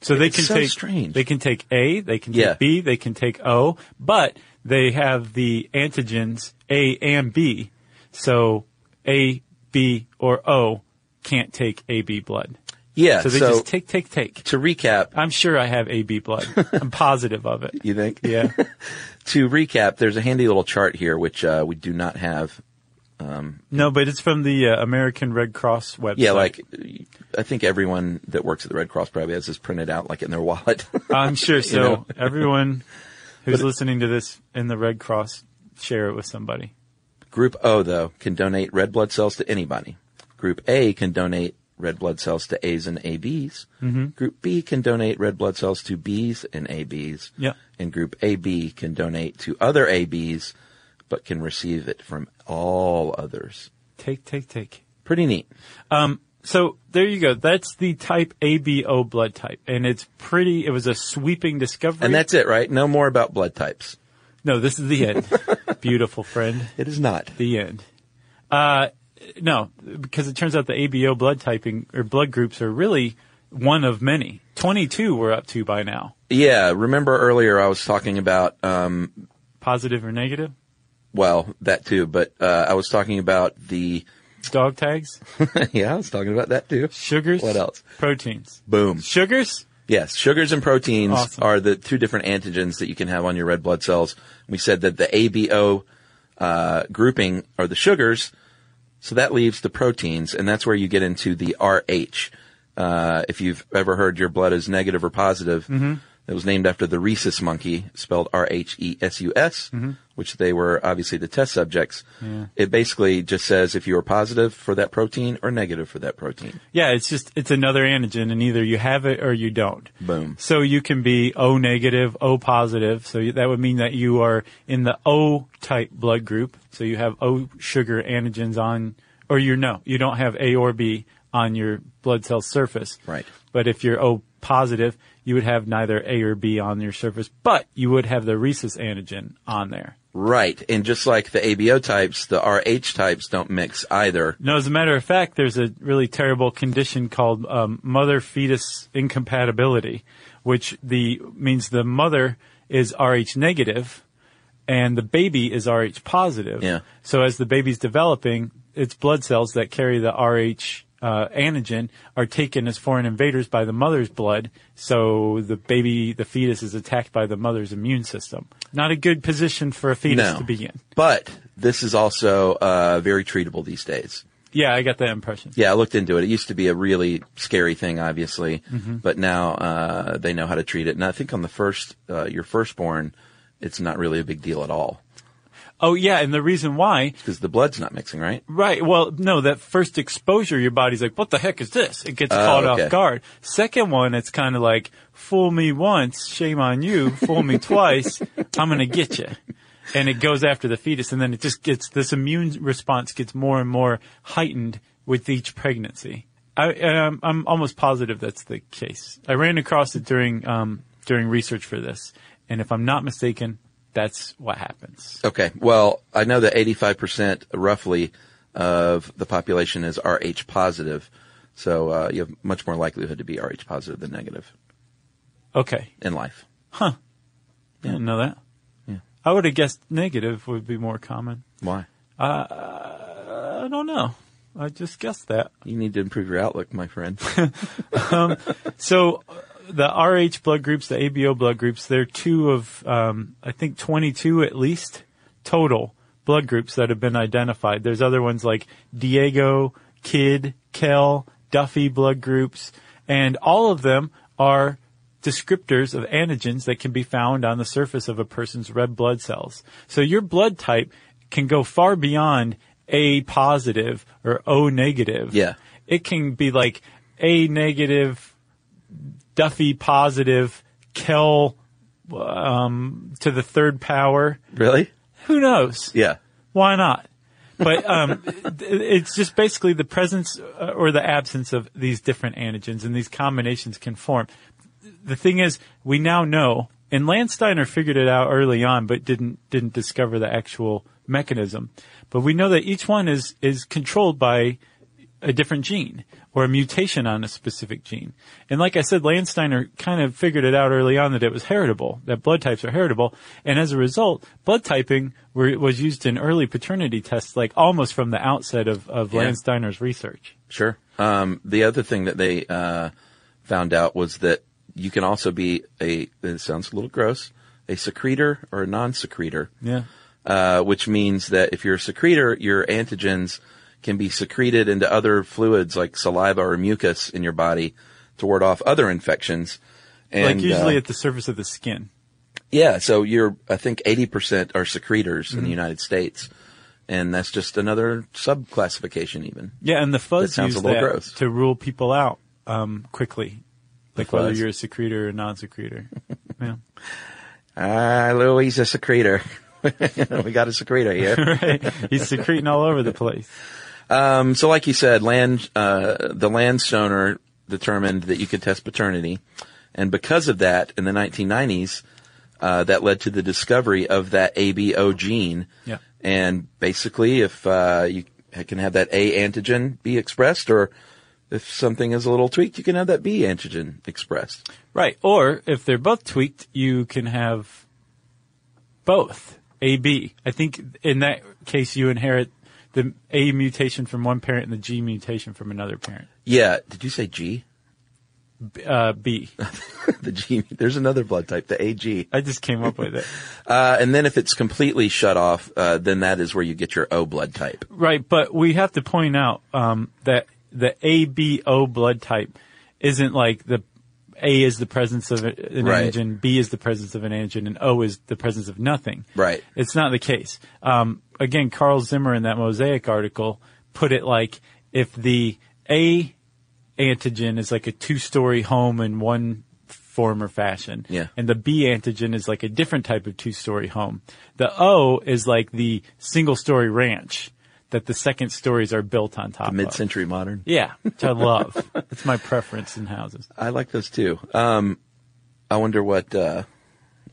[SPEAKER 1] So they
[SPEAKER 3] It's
[SPEAKER 1] can
[SPEAKER 3] so
[SPEAKER 1] take
[SPEAKER 3] strange.
[SPEAKER 1] they can take A, they can
[SPEAKER 3] Yeah.
[SPEAKER 1] take B, they can take O, but they have the antigens A and B. So A, B, or O can't take AB blood.
[SPEAKER 3] Yeah.
[SPEAKER 1] So they just take, take, take.
[SPEAKER 3] to recap,
[SPEAKER 1] I'm sure I have AB blood.
[SPEAKER 3] <laughs>
[SPEAKER 1] I'm positive of it.
[SPEAKER 3] you think?
[SPEAKER 1] Yeah.
[SPEAKER 3] To recap, there's a handy little chart here which uh, we do not have.
[SPEAKER 1] No, but it's from the uh, American Red Cross website.
[SPEAKER 3] Yeah, like I think everyone that works at the Red Cross probably has this printed out like in their wallet. <laughs>
[SPEAKER 1] I'm sure. So
[SPEAKER 3] know. <laughs>
[SPEAKER 1] everyone who's listening to this in the Red Cross, share it with somebody.
[SPEAKER 3] Group O though can donate red blood cells to anybody. Group A can donate red blood cells to A's and ABs. Group B can donate red blood cells to B's and ABs.
[SPEAKER 1] Yeah.
[SPEAKER 3] And group AB can donate to other ABs but can receive it from all others.
[SPEAKER 1] Take, take, take.
[SPEAKER 3] Pretty neat.
[SPEAKER 1] Um, so there you go. That's the type ABO blood type. And it's pretty, it was a sweeping discovery.
[SPEAKER 3] And that's it, right? No more about blood types.
[SPEAKER 1] no, this is the end.
[SPEAKER 3] <laughs>
[SPEAKER 1] Beautiful friend.
[SPEAKER 3] It is not.
[SPEAKER 1] The end. Uh, no, because it turns out the ABO blood typing or blood groups are really one of many. 22 we're up to by now.
[SPEAKER 3] Yeah, remember earlier I was talking about, um,
[SPEAKER 1] Positive or negative?
[SPEAKER 3] well, that too, but, uh, I was talking about the,
[SPEAKER 1] Dog tags?
[SPEAKER 3] <laughs> yeah, I was talking about that too.
[SPEAKER 1] Sugars?
[SPEAKER 3] What else?
[SPEAKER 1] Proteins.
[SPEAKER 3] Boom.
[SPEAKER 1] Sugars?
[SPEAKER 3] Yes, sugars and proteins
[SPEAKER 1] Awesome.
[SPEAKER 3] are the two different antigens that you can have on your red blood cells. We said that the ABO uh, grouping are the sugars, so that leaves the proteins, and that's where you get into the RH. Uh, if you've ever heard your blood is negative or positive, it was named after the rhesus monkey, spelled R H E S U S, which they were obviously the test subjects. It basically just says if you are positive for that protein or negative for that protein.
[SPEAKER 1] Yeah, it's just, it's another antigen and either you have it or you don't.
[SPEAKER 3] Boom.
[SPEAKER 1] So you can be O negative, O positive. So you- that would mean that you are in the O type blood group. So you have O sugar antigens on, or you're no, you don't have A or B on your blood cell surface.
[SPEAKER 3] Right.
[SPEAKER 1] But if you're O positive, you would have neither A or B on your surface, but you would have the rhesus antigen on there.
[SPEAKER 3] Right. And just like the ABO types, the RH types don't mix either.
[SPEAKER 1] No, as a matter of fact, there's a really terrible condition called um, mother fetus incompatibility, which the means the mother is Rh negative and the baby is Rh positive.
[SPEAKER 3] Yeah.
[SPEAKER 1] So as the baby's developing, its blood cells that carry the Rh uh, antigen are taken as foreign invaders by the mother's blood. So the baby, the fetus, is attacked by the mother's immune system. Not a good position for a fetus
[SPEAKER 3] No.
[SPEAKER 1] to be in.
[SPEAKER 3] But this is also uh, very treatable these days.
[SPEAKER 1] Yeah, I got that impression.
[SPEAKER 3] Yeah, I looked into it. It used to be a really scary thing, obviously, but now uh, they know how to treat it. And I think on the first, uh, your firstborn, it's not really a big deal at all
[SPEAKER 1] Oh yeah, and the reason why
[SPEAKER 3] because the blood's not mixing, right?
[SPEAKER 1] Right. Well, no, that first exposure, your body's like, what the heck is this? It gets caught
[SPEAKER 3] okay.
[SPEAKER 1] off guard. Second one, it's kind of like, fool me once, shame on you. Fool me twice, I'm going to get you. And it goes after the fetus. And then it just gets, this immune response gets more and more heightened with each pregnancy. I, um, I'm almost positive that's the case. I ran across it during, um, during research for this. And if I'm not mistaken, that's what happens.
[SPEAKER 3] Okay. Well, I know that 85% roughly of the population is RH positive. So uh, you have much more likelihood to be RH positive than negative
[SPEAKER 1] Okay.
[SPEAKER 3] in life.
[SPEAKER 1] I didn't know that. I would have guessed negative would be more common.
[SPEAKER 3] Why?
[SPEAKER 1] I don't know. I just guessed that.
[SPEAKER 3] You need to improve your outlook, my friend. <laughs>
[SPEAKER 1] So uh, the RH blood groups, the ABO blood groups, they're two of, um, I think 22 at least total blood groups that have been identified. There's other ones like Diego, Kidd, Kell, Duffy blood groups, and all of them are descriptors of antigens that can be found on the surface of a person's red blood cells. So your blood type can go far beyond A positive or O negative.
[SPEAKER 3] Yeah.
[SPEAKER 1] It can be like A negative, Duffy positive, Kell um, to the third power.
[SPEAKER 3] really?
[SPEAKER 1] Who knows?
[SPEAKER 3] Yeah.
[SPEAKER 1] Why not? But um, th- it's just basically the presence uh, or the absence of these different antigens, and these combinations can form. The thing is, we now know, and Landsteiner figured it out early on, but didn't didn't discover the actual mechanism. But we know that each one is is controlled by a different gene or a mutation on a specific gene. And like I said, Landsteiner kind of figured it out early on that it was heritable, that blood types are heritable. And as a result, blood typing were, was used in early paternity tests, like almost from the outset of, of
[SPEAKER 3] Yeah.
[SPEAKER 1] Landsteiner's research.
[SPEAKER 3] Sure. Um, the other thing that they uh, found out was that you can also be a, it sounds a little gross, a secretor or a non secretor,
[SPEAKER 1] Yeah.
[SPEAKER 3] uh, which means that if you're a secretor, your antigens can be secreted into other fluids like saliva or mucus in your body to ward off other infections. And,
[SPEAKER 1] like usually
[SPEAKER 3] uh,
[SPEAKER 1] at the surface of the skin.
[SPEAKER 3] yeah, so you're, I think 80% are secretors in the United States. And that's just another subclassification even.
[SPEAKER 1] Yeah, and the fuzz
[SPEAKER 3] That sounds a
[SPEAKER 1] used
[SPEAKER 3] little
[SPEAKER 1] that
[SPEAKER 3] gross.
[SPEAKER 1] to rule people out um, quickly, like whether
[SPEAKER 3] fuzz.
[SPEAKER 1] <laughs> you're a secretor or non-secretor. yeah.
[SPEAKER 3] Ah, Louis a secretor. <laughs> we got a secretor here.
[SPEAKER 1] right? He's secreting all over the place.
[SPEAKER 3] Um, so, like you said, land uh, the landstoner determined that you could test paternity, and because of that, in the 1990s, uh, that led to the discovery of that ABO gene.
[SPEAKER 1] Yeah.
[SPEAKER 3] And basically, if uh, you can have that A antigen be expressed, or if something is a little tweaked, you can have that B antigen expressed.
[SPEAKER 1] Right. Or if they're both tweaked, you can have both AB. I think in that case, you inherit the A mutation from one parent and the G mutation from another parent.
[SPEAKER 3] Yeah. Did you say G?
[SPEAKER 1] B- Uh, B.
[SPEAKER 3] the G. There's another blood type, the AG.
[SPEAKER 1] I just came up with it.
[SPEAKER 3] Uh, and then if it's completely shut off, uh, then that is where you get your O blood type.
[SPEAKER 1] Right. But we have to point out um, that the ABO blood type isn't like the A is the presence of a- an
[SPEAKER 3] Right.
[SPEAKER 1] antigen, B is the presence of an antigen, and O is the presence of nothing.
[SPEAKER 3] Right.
[SPEAKER 1] It's not the case. Um, again, Carl Zimmer in that Mosaic article put it like if the A antigen is like a two story home in one form or fashion,
[SPEAKER 3] Yeah.
[SPEAKER 1] and the B antigen is like a different type of two story home, the O is like the single story ranch that the second stories are built on top
[SPEAKER 3] Mid
[SPEAKER 1] of.
[SPEAKER 3] century modern.
[SPEAKER 1] Yeah, which I love. it's my preference in houses.
[SPEAKER 3] I like those too. Um, I wonder what, uh,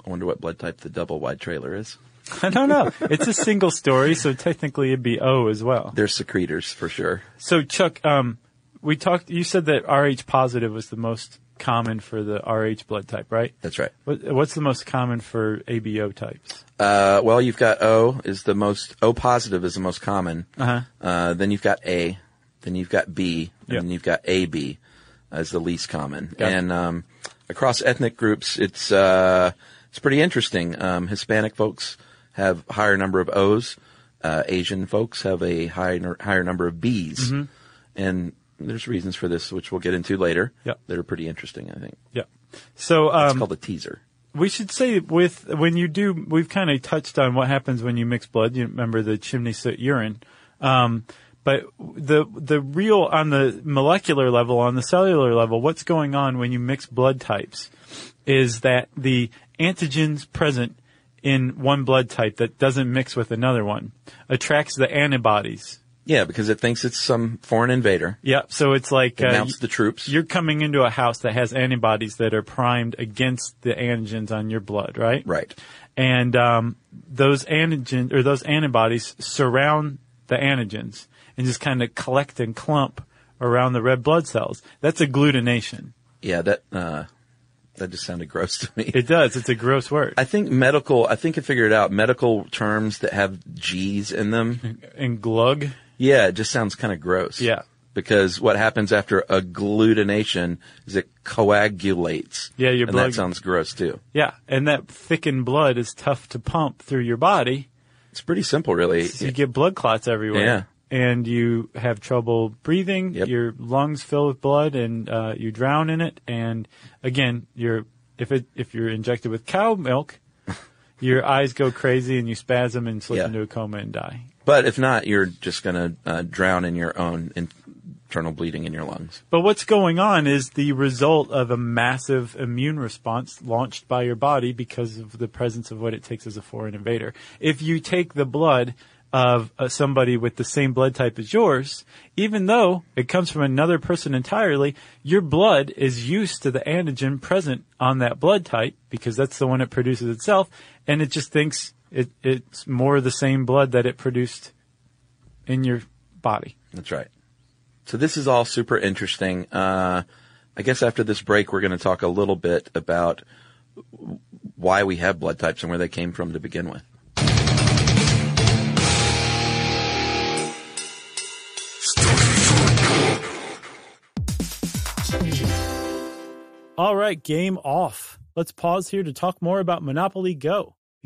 [SPEAKER 3] I wonder what blood type the double wide trailer is.
[SPEAKER 1] I don't know. It's a single story, so technically it'd be O as well.
[SPEAKER 3] They're secretors for sure.
[SPEAKER 1] So Chuck, um, we talked. You said that Rh positive was the most common for the Rh blood type, right?
[SPEAKER 3] That's right.
[SPEAKER 1] What, what's the most common for ABO types?
[SPEAKER 3] Uh, well, you've got O is the most, O positive is the most common.
[SPEAKER 1] Uh-huh.
[SPEAKER 3] Uh, then you've got A, then you've got B, and
[SPEAKER 1] Yeah.
[SPEAKER 3] then you've got AB as the least common.
[SPEAKER 1] Got it.
[SPEAKER 3] and, um, across ethnic groups, it's, uh, it's pretty interesting. Um, Hispanic folks have higher number of O's. Uh, Asian folks have a higher, higher number of B's.
[SPEAKER 1] Mm-hmm.
[SPEAKER 3] And there's reasons for this, which we'll get into later.
[SPEAKER 1] Yeah.
[SPEAKER 3] That are pretty interesting, I think.
[SPEAKER 1] Yeah. So
[SPEAKER 3] It's
[SPEAKER 1] um,
[SPEAKER 3] called a teaser.
[SPEAKER 1] we should say with when you do, we've kind of touched on what happens when you mix blood. You remember the chimney soot urine, um, but the the real on the molecular level, on the cellular level, what's going on when you mix blood types is that the antigens present in one blood type that doesn't mix with another one attracts the antibodies.
[SPEAKER 3] Yeah, because it thinks it's some foreign invader.
[SPEAKER 1] Yep. So it's like
[SPEAKER 3] It
[SPEAKER 1] uh,
[SPEAKER 3] mounts the troops.
[SPEAKER 1] you're coming into a house that has antibodies that are primed against the antigens on your blood, right?
[SPEAKER 3] Right.
[SPEAKER 1] And um, those antigen or those antibodies surround the antigens and just kind of collect and clump around the red blood cells. That's agglutination.
[SPEAKER 3] Yeah, that uh, that just sounded gross to me.
[SPEAKER 1] It does. It's a gross word.
[SPEAKER 3] I think medical. I think I figured out medical terms that have G's in
[SPEAKER 1] <laughs>
[SPEAKER 3] them.
[SPEAKER 1] and glug.
[SPEAKER 3] Yeah, it just sounds kind of gross.
[SPEAKER 1] Yeah.
[SPEAKER 3] Because what happens after agglutination is it coagulates.
[SPEAKER 1] Yeah, your
[SPEAKER 3] and
[SPEAKER 1] blood-
[SPEAKER 3] that sounds gross too.
[SPEAKER 1] Yeah. And that thickened blood is tough to pump through your body.
[SPEAKER 3] It's pretty simple, really.
[SPEAKER 1] So you get blood clots everywhere.
[SPEAKER 3] Yeah.
[SPEAKER 1] And you have trouble breathing.
[SPEAKER 3] Yep.
[SPEAKER 1] Your lungs fill with blood, and uh, you drown in it. And again, you're if it if you're injected with
[SPEAKER 3] <laughs>
[SPEAKER 1] cow milk, your eyes go crazy and you spasm and slip
[SPEAKER 3] Yeah.
[SPEAKER 1] into a coma and die.
[SPEAKER 3] But if not, you're just gonna uh, drown in your own internal bleeding in your lungs.
[SPEAKER 1] But what's going on is the result of a massive immune response launched by your body because of the presence of what it takes as a foreign invader. If you take the blood of uh, somebody with the same blood type as yours, even though it comes from another person entirely, your blood is used to the antigen present on that blood type because that's the one it produces itself, and it just thinks it, it's more of the same blood that it produced in your body.
[SPEAKER 3] That's right. So this is all super interesting. Uh, I guess after this break, we're going to talk a little bit about w- why we have blood types and where they came from to begin with.
[SPEAKER 4] All right, game off. Let's pause here to talk more about Monopoly Go.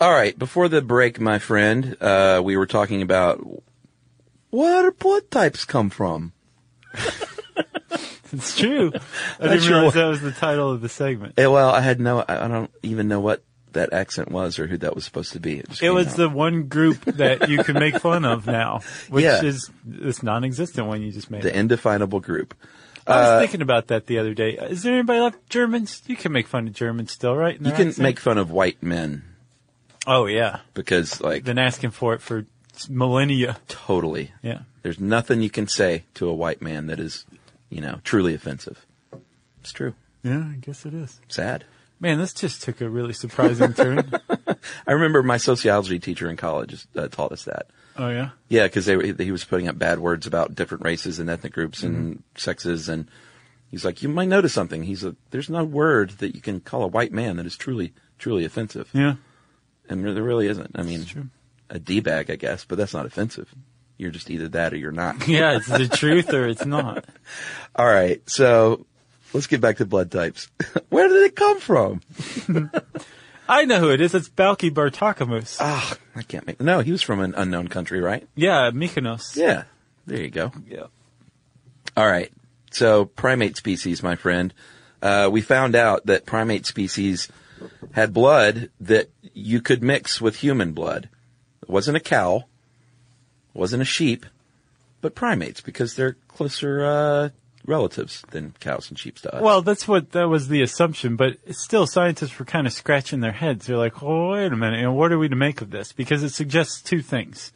[SPEAKER 3] All right, before the break, my friend, uh, we were talking about where do blood types come from. <laughs>
[SPEAKER 1] It's true. I
[SPEAKER 3] That's
[SPEAKER 1] didn't
[SPEAKER 3] your-
[SPEAKER 1] realize that was the title of the segment.
[SPEAKER 3] Eh, well, I had no, I I don't even know what that accent was or who that was supposed to be. just
[SPEAKER 1] It
[SPEAKER 3] came
[SPEAKER 1] was
[SPEAKER 3] out.
[SPEAKER 1] the one group that you can
[SPEAKER 3] <laughs>
[SPEAKER 1] make fun of now, which
[SPEAKER 3] Yeah.
[SPEAKER 1] is this non-existent one you just made.
[SPEAKER 3] the uh, indefinable group.
[SPEAKER 1] I was thinking about that the other day. Is there anybody left? Germans? You can make fun of Germans still, right?
[SPEAKER 3] You can make fun of white men
[SPEAKER 1] Oh yeah.
[SPEAKER 3] because, like,
[SPEAKER 1] Been asking for it for millennia.
[SPEAKER 3] totally.
[SPEAKER 1] Yeah.
[SPEAKER 3] There's nothing you can say to a white man that is, you know, truly offensive. It's true.
[SPEAKER 1] Yeah, I guess it is.
[SPEAKER 3] Sad.
[SPEAKER 1] Man, this just took a
[SPEAKER 3] <laughs>
[SPEAKER 1] really surprising turn.
[SPEAKER 3] I remember my sociology teacher in college uh, taught us that.
[SPEAKER 1] Oh yeah.
[SPEAKER 3] Yeah, because they were, he was putting up bad words about different races and ethnic groups and sexes, and he's like, "You might notice something." He's like, "There's no word that you can call a white man that is truly, truly offensive,
[SPEAKER 1] Yeah.
[SPEAKER 3] and there there really isn't. I mean,
[SPEAKER 1] true.
[SPEAKER 3] a d bag, I guess, but that's not offensive. You're just either that or you're not. <laughs>
[SPEAKER 1] Yeah, it's the truth or it's <laughs> not.
[SPEAKER 3] All right, so let's get back to blood types. <laughs> Where did it come from?
[SPEAKER 1] I know who it is. It's Balki Bartakamus.
[SPEAKER 3] Ah, I can't make. No, he was from an unknown country, right?
[SPEAKER 1] Yeah, Mykonos.
[SPEAKER 3] Yeah, there you go.
[SPEAKER 1] Yeah.
[SPEAKER 3] All right. So primate species, my friend. Uh, we found out that primate species had blood that you could mix with human blood. It wasn't a cow, it wasn't a sheep, but primates because they're closer uh, relatives than cows and sheep to us.
[SPEAKER 1] Well, that's what that was the assumption, but still, scientists were kind of scratching their heads. They're like, "Oh, wait a minute, you know, what are we to make of this?" Because it suggests two things.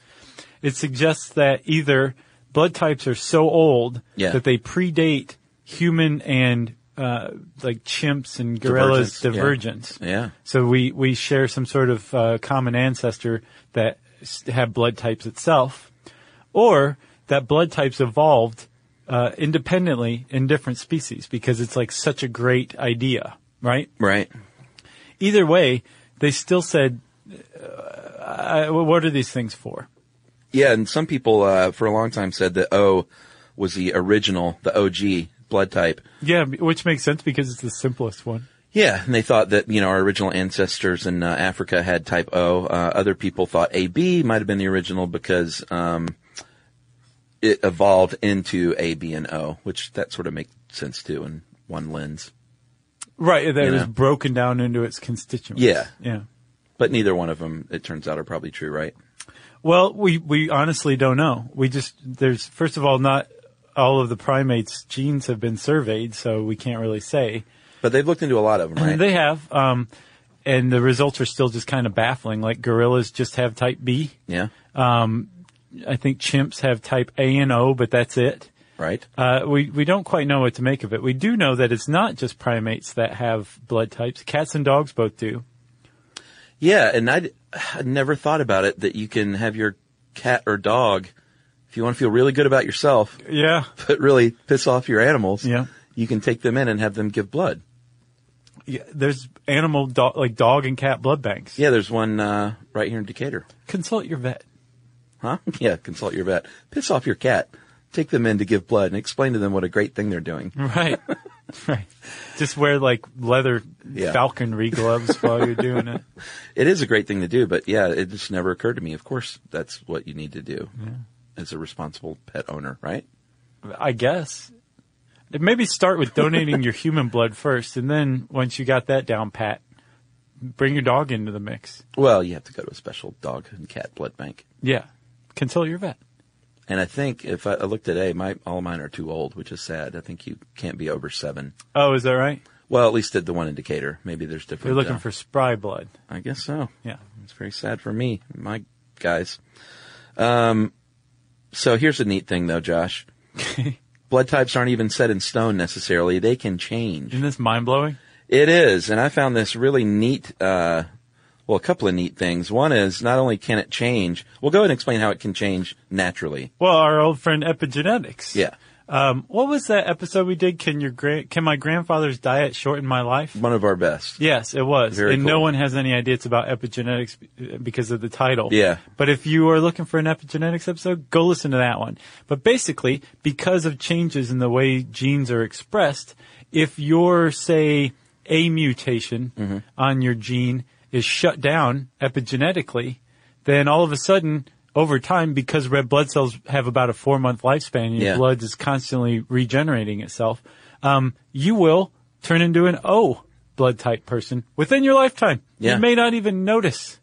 [SPEAKER 1] It suggests that either blood types are so old
[SPEAKER 3] Yeah.
[SPEAKER 1] that they predate human and uh, like chimps and gorillas'
[SPEAKER 3] Divergence, yeah.
[SPEAKER 1] divergence.
[SPEAKER 3] yeah.
[SPEAKER 1] So we we share some sort of uh, common ancestor that s- have blood types itself, or that blood types evolved uh, independently in different species because it's like such a great idea, right?
[SPEAKER 3] Right.
[SPEAKER 1] Either way, they still said, uh, uh, "What are these things for?"
[SPEAKER 3] Yeah, and some people uh, for a long time said that O was the original, the OG blood type.
[SPEAKER 1] Yeah, which makes sense because it's the simplest one.
[SPEAKER 3] Yeah, and they thought that you know our original ancestors in uh, Africa had type O. Uh, other people thought AB might have been the original because um, it evolved into AB and O, which that sort of makes sense too in one lens.
[SPEAKER 1] Right, that
[SPEAKER 3] You
[SPEAKER 1] was
[SPEAKER 3] know.
[SPEAKER 1] broken down into its constituents.
[SPEAKER 3] Yeah.
[SPEAKER 1] yeah.
[SPEAKER 3] But neither one of them, it turns out, are probably true, right?
[SPEAKER 1] Well, we, we honestly don't know. We just, there's, first of all, not all of the primates' genes have been surveyed, so we can't really say.
[SPEAKER 3] But they've looked into a lot of them, right?
[SPEAKER 1] They have, um, and the results are still just kind of baffling. Like gorillas just have type B.
[SPEAKER 3] yeah,
[SPEAKER 1] I think chimps have type A and O, but that's it.
[SPEAKER 3] right.
[SPEAKER 1] Uh, we, we don't quite know what to make of it. We do know that it's not just primates that have blood types. Cats and dogs both do.
[SPEAKER 3] Yeah, and I'd, I never thought about it that you can have your cat or dog, if you want to feel really good about yourself, <laughs>
[SPEAKER 1] Yeah.
[SPEAKER 3] but really piss off your animals.
[SPEAKER 1] Yeah.
[SPEAKER 3] you can take them in and have them give blood.
[SPEAKER 1] yeah there's animal, dog, like dog and cat blood banks.
[SPEAKER 3] Yeah, there's one uh, right here in Decatur.
[SPEAKER 1] Consult your vet.
[SPEAKER 3] Huh? <laughs> Yeah, consult your vet. Piss off your cat. Take them in to give blood and explain to them what a great thing they're doing.
[SPEAKER 1] <laughs> Right. right. Just wear like leather
[SPEAKER 3] Yeah.
[SPEAKER 1] falconry gloves while you're doing <laughs> it.
[SPEAKER 3] It is a great thing to do, but yeah, it just never occurred to me. Of course, that's what you need to do as a responsible pet owner, right?
[SPEAKER 1] I guess. Maybe start with donating your human blood first, and then once you got that down pat, bring your dog into the mix.
[SPEAKER 3] Well, you have to go to a special dog and cat blood bank.
[SPEAKER 1] Yeah. Consult your vet.
[SPEAKER 3] And I think if I, I look today, my all of mine are too old, which is sad. I think you can't be over seven.
[SPEAKER 1] Oh, is that right?
[SPEAKER 3] Well, at least at the one indicator. Maybe there's different.
[SPEAKER 1] They're looking
[SPEAKER 3] uh,
[SPEAKER 1] for spry blood. Mm-hmm.
[SPEAKER 3] I guess so.
[SPEAKER 1] Yeah.
[SPEAKER 3] It's very sad for me, my guys. Um, so here's a neat thing though, Josh. Blood types aren't even set in stone necessarily. They can change.
[SPEAKER 1] Isn't this mind blowing?
[SPEAKER 3] It is, and I found this really neat. Uh, well, a couple of neat things. One is not only can it change. We'll go ahead and explain how it can change naturally.
[SPEAKER 1] Well, our old friend epigenetics.
[SPEAKER 3] Yeah,
[SPEAKER 1] Um, what was that episode we did? Can your gra- can my grandfather's diet shorten my life?
[SPEAKER 3] one of our best.
[SPEAKER 1] Yes, it was.
[SPEAKER 3] Very
[SPEAKER 1] and no
[SPEAKER 3] cool.
[SPEAKER 1] one has any idea it's about epigenetics b- because of the title.
[SPEAKER 3] Yeah.
[SPEAKER 1] But if you are looking for an epigenetics episode, go listen to that one. But basically, because of changes in the way genes are expressed, if your, say, a mutation
[SPEAKER 3] Mm-hmm.
[SPEAKER 1] on your gene is shut down epigenetically, then all of a sudden, over time, because red blood cells have about a four month lifespan and your
[SPEAKER 3] Yeah.
[SPEAKER 1] blood is constantly regenerating itself, um, you will turn into an O blood type person within your lifetime.
[SPEAKER 3] Yeah.
[SPEAKER 1] You may not even notice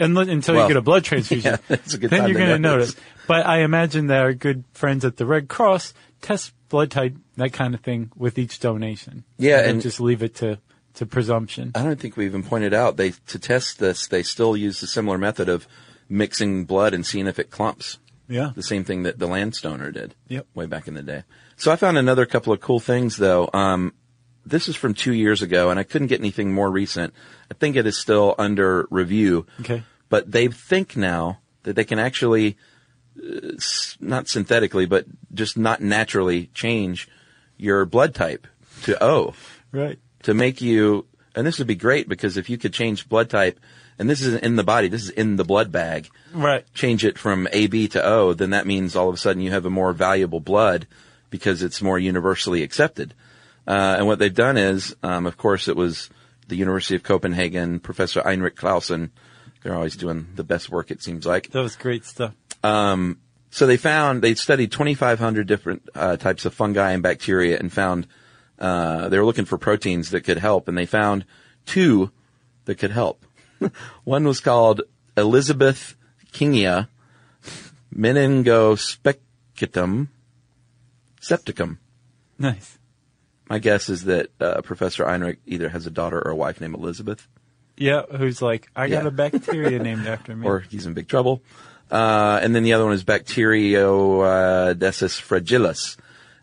[SPEAKER 1] unle- until
[SPEAKER 3] Well,
[SPEAKER 1] you get a blood transfusion.
[SPEAKER 3] <laughs> yeah, that's a good
[SPEAKER 1] then
[SPEAKER 3] time
[SPEAKER 1] you're
[SPEAKER 3] to
[SPEAKER 1] going to
[SPEAKER 3] notice.
[SPEAKER 1] notice. But I imagine that our good friends at the Red Cross test blood type, that kind of thing, with each donation.
[SPEAKER 3] Yeah,
[SPEAKER 1] They
[SPEAKER 3] and-
[SPEAKER 1] just leave it to to presumption.
[SPEAKER 3] I don't think we even pointed out they to test this. They still use the similar method of mixing blood and seeing if it clumps.
[SPEAKER 1] yeah.
[SPEAKER 3] the same thing that the Landstoner did
[SPEAKER 1] Yep.
[SPEAKER 3] way back in the day. So I found another couple of cool things though. Um, this is from two years ago and I couldn't get anything more recent. I think it is still under review.
[SPEAKER 1] Okay.
[SPEAKER 3] But they think now that they can actually, uh, s- not synthetically, but just not naturally change your blood type to O
[SPEAKER 1] Right.
[SPEAKER 3] to make you, and this would be great because if you could change blood type, and this is in the body, this is in the blood bag
[SPEAKER 1] Right.
[SPEAKER 3] change it from AB to O, then that means all of a sudden you have a more valuable blood because it's more universally accepted. Uh, and what they've done is, um, of course, it was the University of Copenhagen, Professor Heinrich Clausen. They're always doing the best work, it seems like.
[SPEAKER 1] That was great stuff.
[SPEAKER 3] So they found they studied 2,500 different uh, types of fungi and bacteria, and found uh, they were looking for proteins that could help, and they found two that could help. <laughs> One was called Elizabeth kingia meningospeculum septicum.
[SPEAKER 1] Nice.
[SPEAKER 3] My guess is that uh, Professor Einrich either has a daughter or a wife named Elizabeth,
[SPEAKER 1] Yeah, who's like, I got
[SPEAKER 3] Yeah.
[SPEAKER 1] a bacteria named
[SPEAKER 3] <laughs>
[SPEAKER 1] after me.
[SPEAKER 3] or he's in big trouble. Uh, and then the other one is Bacteroidesis fragilis.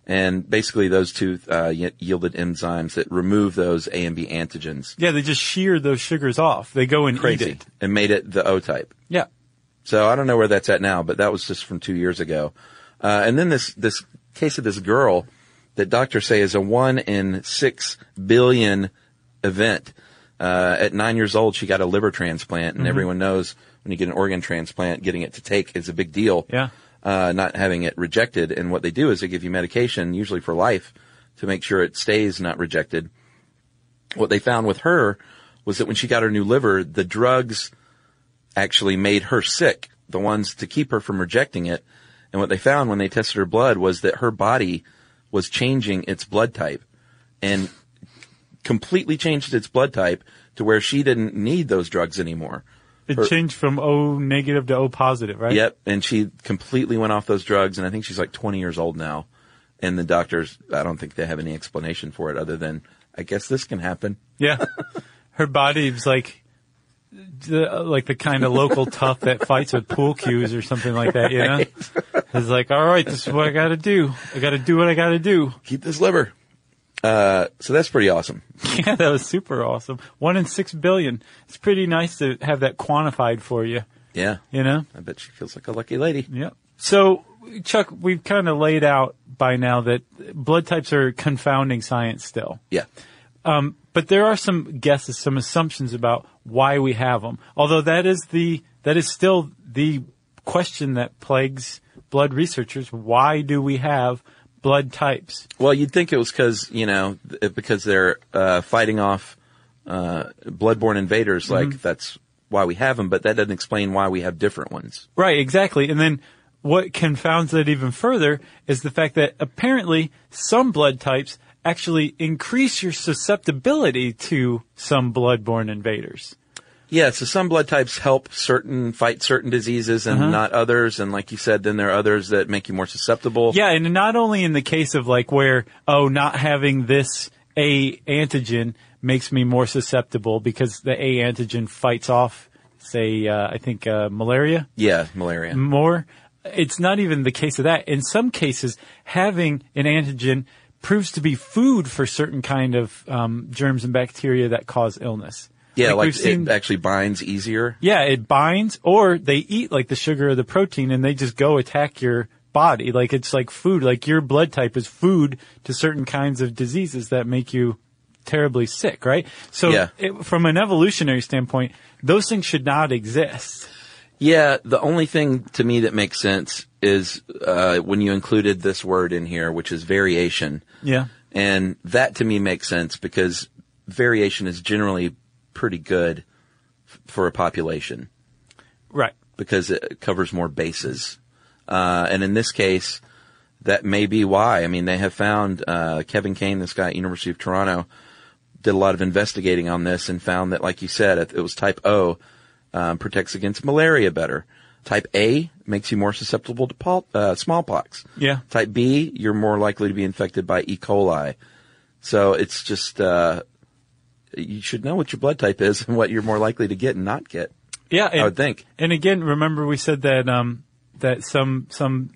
[SPEAKER 3] And basically those two uh, y- yielded enzymes that remove those A and B antigens.
[SPEAKER 1] yeah, they just shear those sugars off. They go and eat
[SPEAKER 3] Crazy.
[SPEAKER 1] it.
[SPEAKER 3] And made it the O type.
[SPEAKER 1] Yeah.
[SPEAKER 3] So I don't know where that's at now, but that was just from two years ago. Uh, and then this, this case of this girl that doctors say is a one in six billion event. Uh, at nine years old, she got a liver transplant and
[SPEAKER 1] Mm-hmm.
[SPEAKER 3] everyone knows when you get an organ transplant, getting it to take is a big deal.
[SPEAKER 1] Yeah.
[SPEAKER 3] Uh, not having it rejected. And what they do is they give you medication, usually for life, to make sure it stays not rejected. What they found with her was that when she got her new liver, the drugs actually made her sick, the ones to keep her from rejecting it. And what they found when they tested her blood was that her body was changing its blood type and completely changed its blood type to where she didn't need those drugs anymore.
[SPEAKER 1] It
[SPEAKER 3] Or-
[SPEAKER 1] changed from O negative to O positive, right?
[SPEAKER 3] Yep. And she completely went off those drugs. And I think she's like 20 years old now. And the doctors, I don't think they have any explanation for it other than, I guess this can happen. <laughs>
[SPEAKER 1] Yeah. Her body's like, the, like the kind of local tough that fights with pool cues or something like that, you know? It's like, all right, this is what I gotta do. I gotta do what I gotta do. <laughs>
[SPEAKER 3] Keep this liver. Uh, so that's pretty awesome.
[SPEAKER 1] Yeah, that was super awesome. One in six billion. It's pretty nice to have that quantified for you,
[SPEAKER 3] Yeah.
[SPEAKER 1] you know?
[SPEAKER 3] I bet she feels like a lucky lady.
[SPEAKER 1] Yep. So, Chuck, we've kind of laid out by now that blood types are confounding science still.
[SPEAKER 3] Yeah.
[SPEAKER 1] but there are some guesses, some assumptions about why we have them. Although that is the that is still the question that plagues blood researchers: Why do we have blood types?
[SPEAKER 3] Well, you'd think it was because you know th- because they're uh, fighting off uh, bloodborne invaders. Like that's why we have them, but that doesn't explain why we have different ones.
[SPEAKER 1] Right, exactly. And then what confounds that even further is the fact that apparently some blood types actually increase your susceptibility to some bloodborne invaders.
[SPEAKER 3] Yeah, so some blood types help certain fight certain diseases
[SPEAKER 1] Uh-huh.
[SPEAKER 3] and not others. And like you said, then there are others that make you more susceptible.
[SPEAKER 1] Yeah, and not only in the case of like where oh, not having this A antigen makes me more susceptible because the A antigen fights off, say, uh, I think uh, malaria
[SPEAKER 3] Yeah, malaria.
[SPEAKER 1] more. It's not even the case of that. In some cases, having an antigen proves to be food for certain kind of um, germs and bacteria that cause illness.
[SPEAKER 3] Yeah, like,
[SPEAKER 1] we've
[SPEAKER 3] it
[SPEAKER 1] seen,
[SPEAKER 3] actually binds easier.
[SPEAKER 1] yeah, it binds, or they eat like the sugar or the protein, and they just go attack your body. Like it's like food. Like your blood type is food to certain kinds of diseases that make you terribly sick, right? So,
[SPEAKER 3] Yeah.
[SPEAKER 1] it, from an evolutionary standpoint, those things should not exist.
[SPEAKER 3] Yeah, the only thing to me that makes sense is uh, when you included this word in here, which is variation.
[SPEAKER 1] Yeah.
[SPEAKER 3] And that to me makes sense because variation is generally pretty good f- for a population
[SPEAKER 1] Right.
[SPEAKER 3] because it covers more bases. Uh, and in this case, that may be why. I mean, they have found uh, Kevin Kane, this guy at University of Toronto, did a lot of investigating on this and found that, like you said, it, it was type O um, protects against malaria better. Type A makes you more susceptible to pol- uh, smallpox.
[SPEAKER 1] Yeah.
[SPEAKER 3] Type B, you're more likely to be infected by E. coli. So it's just uh, you should know what your blood type is <laughs> and what you're more likely to get and not get.
[SPEAKER 1] Yeah.
[SPEAKER 3] I
[SPEAKER 1] and-
[SPEAKER 3] would think.
[SPEAKER 1] And again, remember we said that um, that some some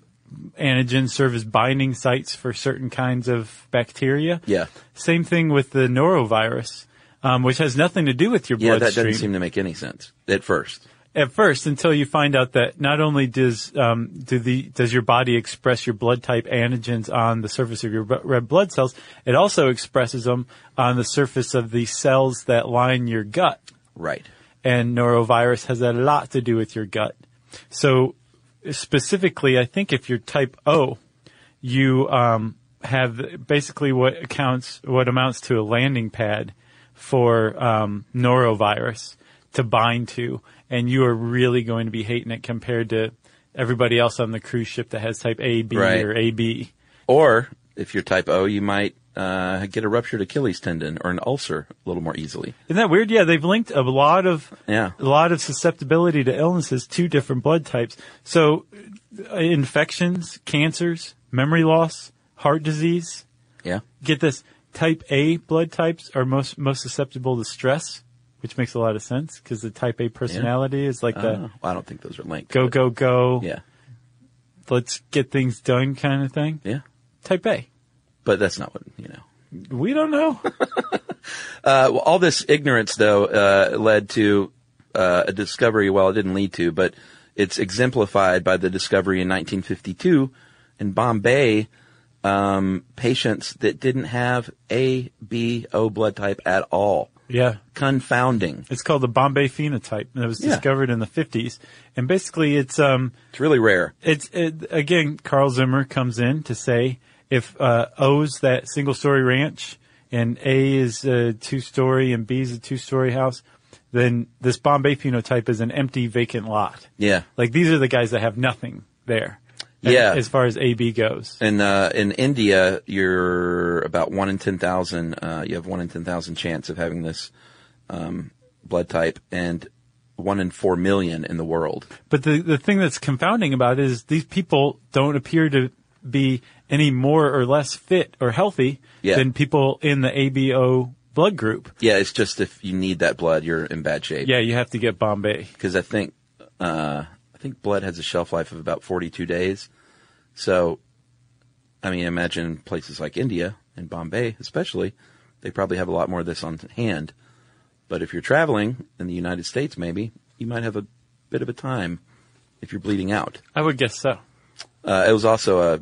[SPEAKER 1] antigens serve as binding sites for certain kinds of bacteria.
[SPEAKER 3] Yeah.
[SPEAKER 1] Same thing with the norovirus, um, which has nothing to do with your
[SPEAKER 3] Yeah, that
[SPEAKER 1] bloodstream
[SPEAKER 3] doesn't seem to make any sense at first.
[SPEAKER 1] at first until you find out that not only does um, do the does your body express your blood type antigens on the surface of your b- red blood cells, it also expresses them on the surface of the cells that line your gut.
[SPEAKER 3] Right.
[SPEAKER 1] and norovirus has a lot to do with your gut. So specifically, I think if you're type O, you um, have basically what accounts what amounts to a landing pad for um, norovirus to bind to, and you are really going to be hating it compared to everybody else on the cruise ship that has type A, B,
[SPEAKER 3] Right.
[SPEAKER 1] or AB.
[SPEAKER 3] Or if you're type O, you might uh, get a ruptured Achilles tendon or an ulcer a little more easily.
[SPEAKER 1] Isn't that weird? Yeah, they've linked a lot of
[SPEAKER 3] Yeah.
[SPEAKER 1] a lot of susceptibility to illnesses to different blood types. So uh, infections, cancers, memory loss, heart disease.
[SPEAKER 3] Yeah.
[SPEAKER 1] Get this: type A blood types are most most susceptible to stress, which makes a lot of sense because the type A personality is like
[SPEAKER 3] Uh,
[SPEAKER 1] the
[SPEAKER 3] I don't think those are linked.
[SPEAKER 1] go go go,
[SPEAKER 3] Yeah.
[SPEAKER 1] let's get things done kind of thing.
[SPEAKER 3] Yeah.
[SPEAKER 1] Type A.
[SPEAKER 3] But that's not what, you know.
[SPEAKER 1] We
[SPEAKER 3] <laughs>
[SPEAKER 1] don't know.
[SPEAKER 3] Uh, well, all this ignorance, though, uh, led to uh, a discovery. Well, it didn't lead to, but it's exemplified by the discovery in 1952 in Bombay. Um, patients that didn't have A, B, O blood type at all.
[SPEAKER 1] yeah.
[SPEAKER 3] Confounding.
[SPEAKER 1] It's called the Bombay phenotype, and it was
[SPEAKER 3] Yeah.
[SPEAKER 1] discovered in the 50s. And basically, it's um,
[SPEAKER 3] It's really rare.
[SPEAKER 1] it's it, again Carl Zimmer comes in to say if uh, O's that single story ranch and A is a two story and B is a two story house, then this Bombay phenotype is an empty vacant lot.
[SPEAKER 3] Yeah.
[SPEAKER 1] Like these are the guys that have nothing there. as-
[SPEAKER 3] Yeah.
[SPEAKER 1] As far as AB goes.
[SPEAKER 3] In uh, in India, you're about one in ten thousand. Uh, you have one in ten thousand chance of having this um, blood type, and one in four million in the world.
[SPEAKER 1] But the, the thing that's confounding about it is these people don't appear to be any more or less fit or healthy
[SPEAKER 3] Yeah.
[SPEAKER 1] than people in the ABO blood group.
[SPEAKER 3] Yeah, it's just if you need that blood, you're in bad shape.
[SPEAKER 1] Yeah, you have to get Bombay.
[SPEAKER 3] because I think uh, I think blood has a shelf life of about forty-two days. So, I mean, imagine places like India and Bombay, especially, they probably have a lot more of this on hand. But if you're traveling in the United States, maybe you might have a bit of a time if you're bleeding out.
[SPEAKER 1] I would guess so.
[SPEAKER 3] Uh, it was also a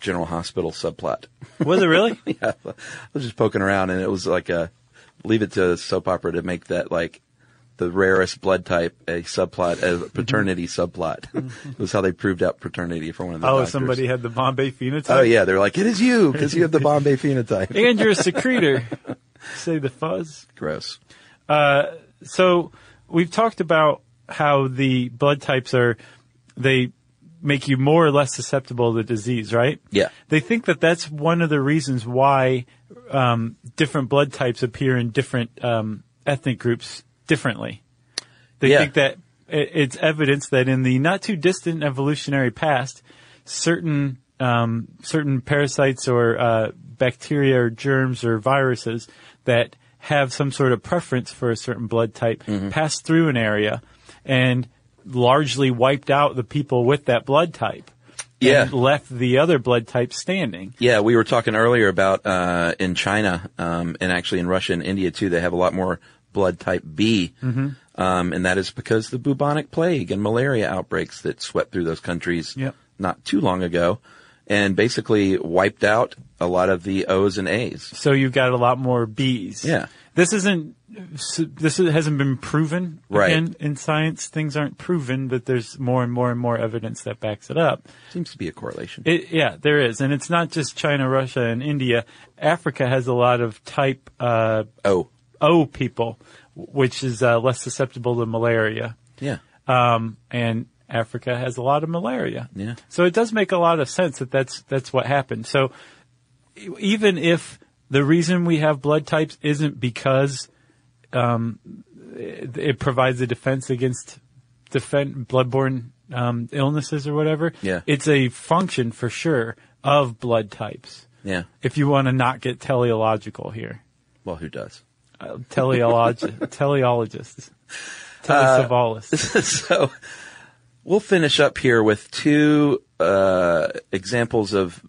[SPEAKER 3] General Hospital subplot.
[SPEAKER 1] Was
[SPEAKER 3] <laughs>
[SPEAKER 1] it really?
[SPEAKER 3] yeah, I was just poking around, and it was like a leave it to soap opera to make that like the rarest blood type a subplot,
[SPEAKER 1] Mm-hmm.
[SPEAKER 3] a paternity subplot. <laughs> it was how they proved out paternity for one of the.
[SPEAKER 1] oh,
[SPEAKER 3] doctors.
[SPEAKER 1] somebody had the Bombay phenotype.
[SPEAKER 3] Oh yeah, they're like it is you because you have the Bombay
[SPEAKER 1] <laughs>
[SPEAKER 3] phenotype.
[SPEAKER 1] and you're a secretor. <laughs> Say the fuzz.
[SPEAKER 3] Gross.
[SPEAKER 1] So we've talked about how the blood types are they make you more or less susceptible to disease, right?
[SPEAKER 3] Yeah.
[SPEAKER 1] They think that that's one of the reasons why um, different blood types appear in different um, ethnic groups differently. They
[SPEAKER 3] Yeah.
[SPEAKER 1] think that i- it's evidence that in the not too distant evolutionary past, certain um, certain parasites or uh, bacteria or germs or viruses that have some sort of preference for a certain blood type passed through an area and largely wiped out the people with that blood type
[SPEAKER 3] Yeah.
[SPEAKER 1] and left the other blood type standing.
[SPEAKER 3] Yeah, we were talking earlier about uh, in China um, and actually in Russia and India too. They have a lot more blood type B,
[SPEAKER 1] Mm-hmm.
[SPEAKER 3] um, and that is because the bubonic plague and malaria outbreaks that swept through those countries
[SPEAKER 1] Yep.
[SPEAKER 3] not too long ago, and basically wiped out a lot of the O's and A's.
[SPEAKER 1] so you've got a lot more bees.
[SPEAKER 3] Yeah.
[SPEAKER 1] This isn't. This hasn't been proven.
[SPEAKER 3] Right.
[SPEAKER 1] Again, in science, things aren't proven, but there's more and more and more evidence that backs it up.
[SPEAKER 3] Seems to be a correlation.
[SPEAKER 1] It, yeah, there is, and it's not just China, Russia, and India. Africa has a lot of type uh,
[SPEAKER 3] oh,
[SPEAKER 1] O people, which is uh, less susceptible to malaria,
[SPEAKER 3] yeah,
[SPEAKER 1] um, and Africa has a lot of malaria.
[SPEAKER 3] Yeah.
[SPEAKER 1] So it does make a lot of sense that that's that's what happened. So e- even if the reason we have blood types isn't because um, it, it provides a defense against defend bloodborne um, illnesses or whatever,
[SPEAKER 3] Yeah.
[SPEAKER 1] it's a function for sure of blood types.
[SPEAKER 3] yeah.
[SPEAKER 1] If you want to not get teleological here,
[SPEAKER 3] Well, who does?
[SPEAKER 1] uh, teleolog- <laughs> teleologists,
[SPEAKER 3] Uh,
[SPEAKER 1] telesavolists.
[SPEAKER 3] <laughs> so we'll finish up here with two uh, examples of,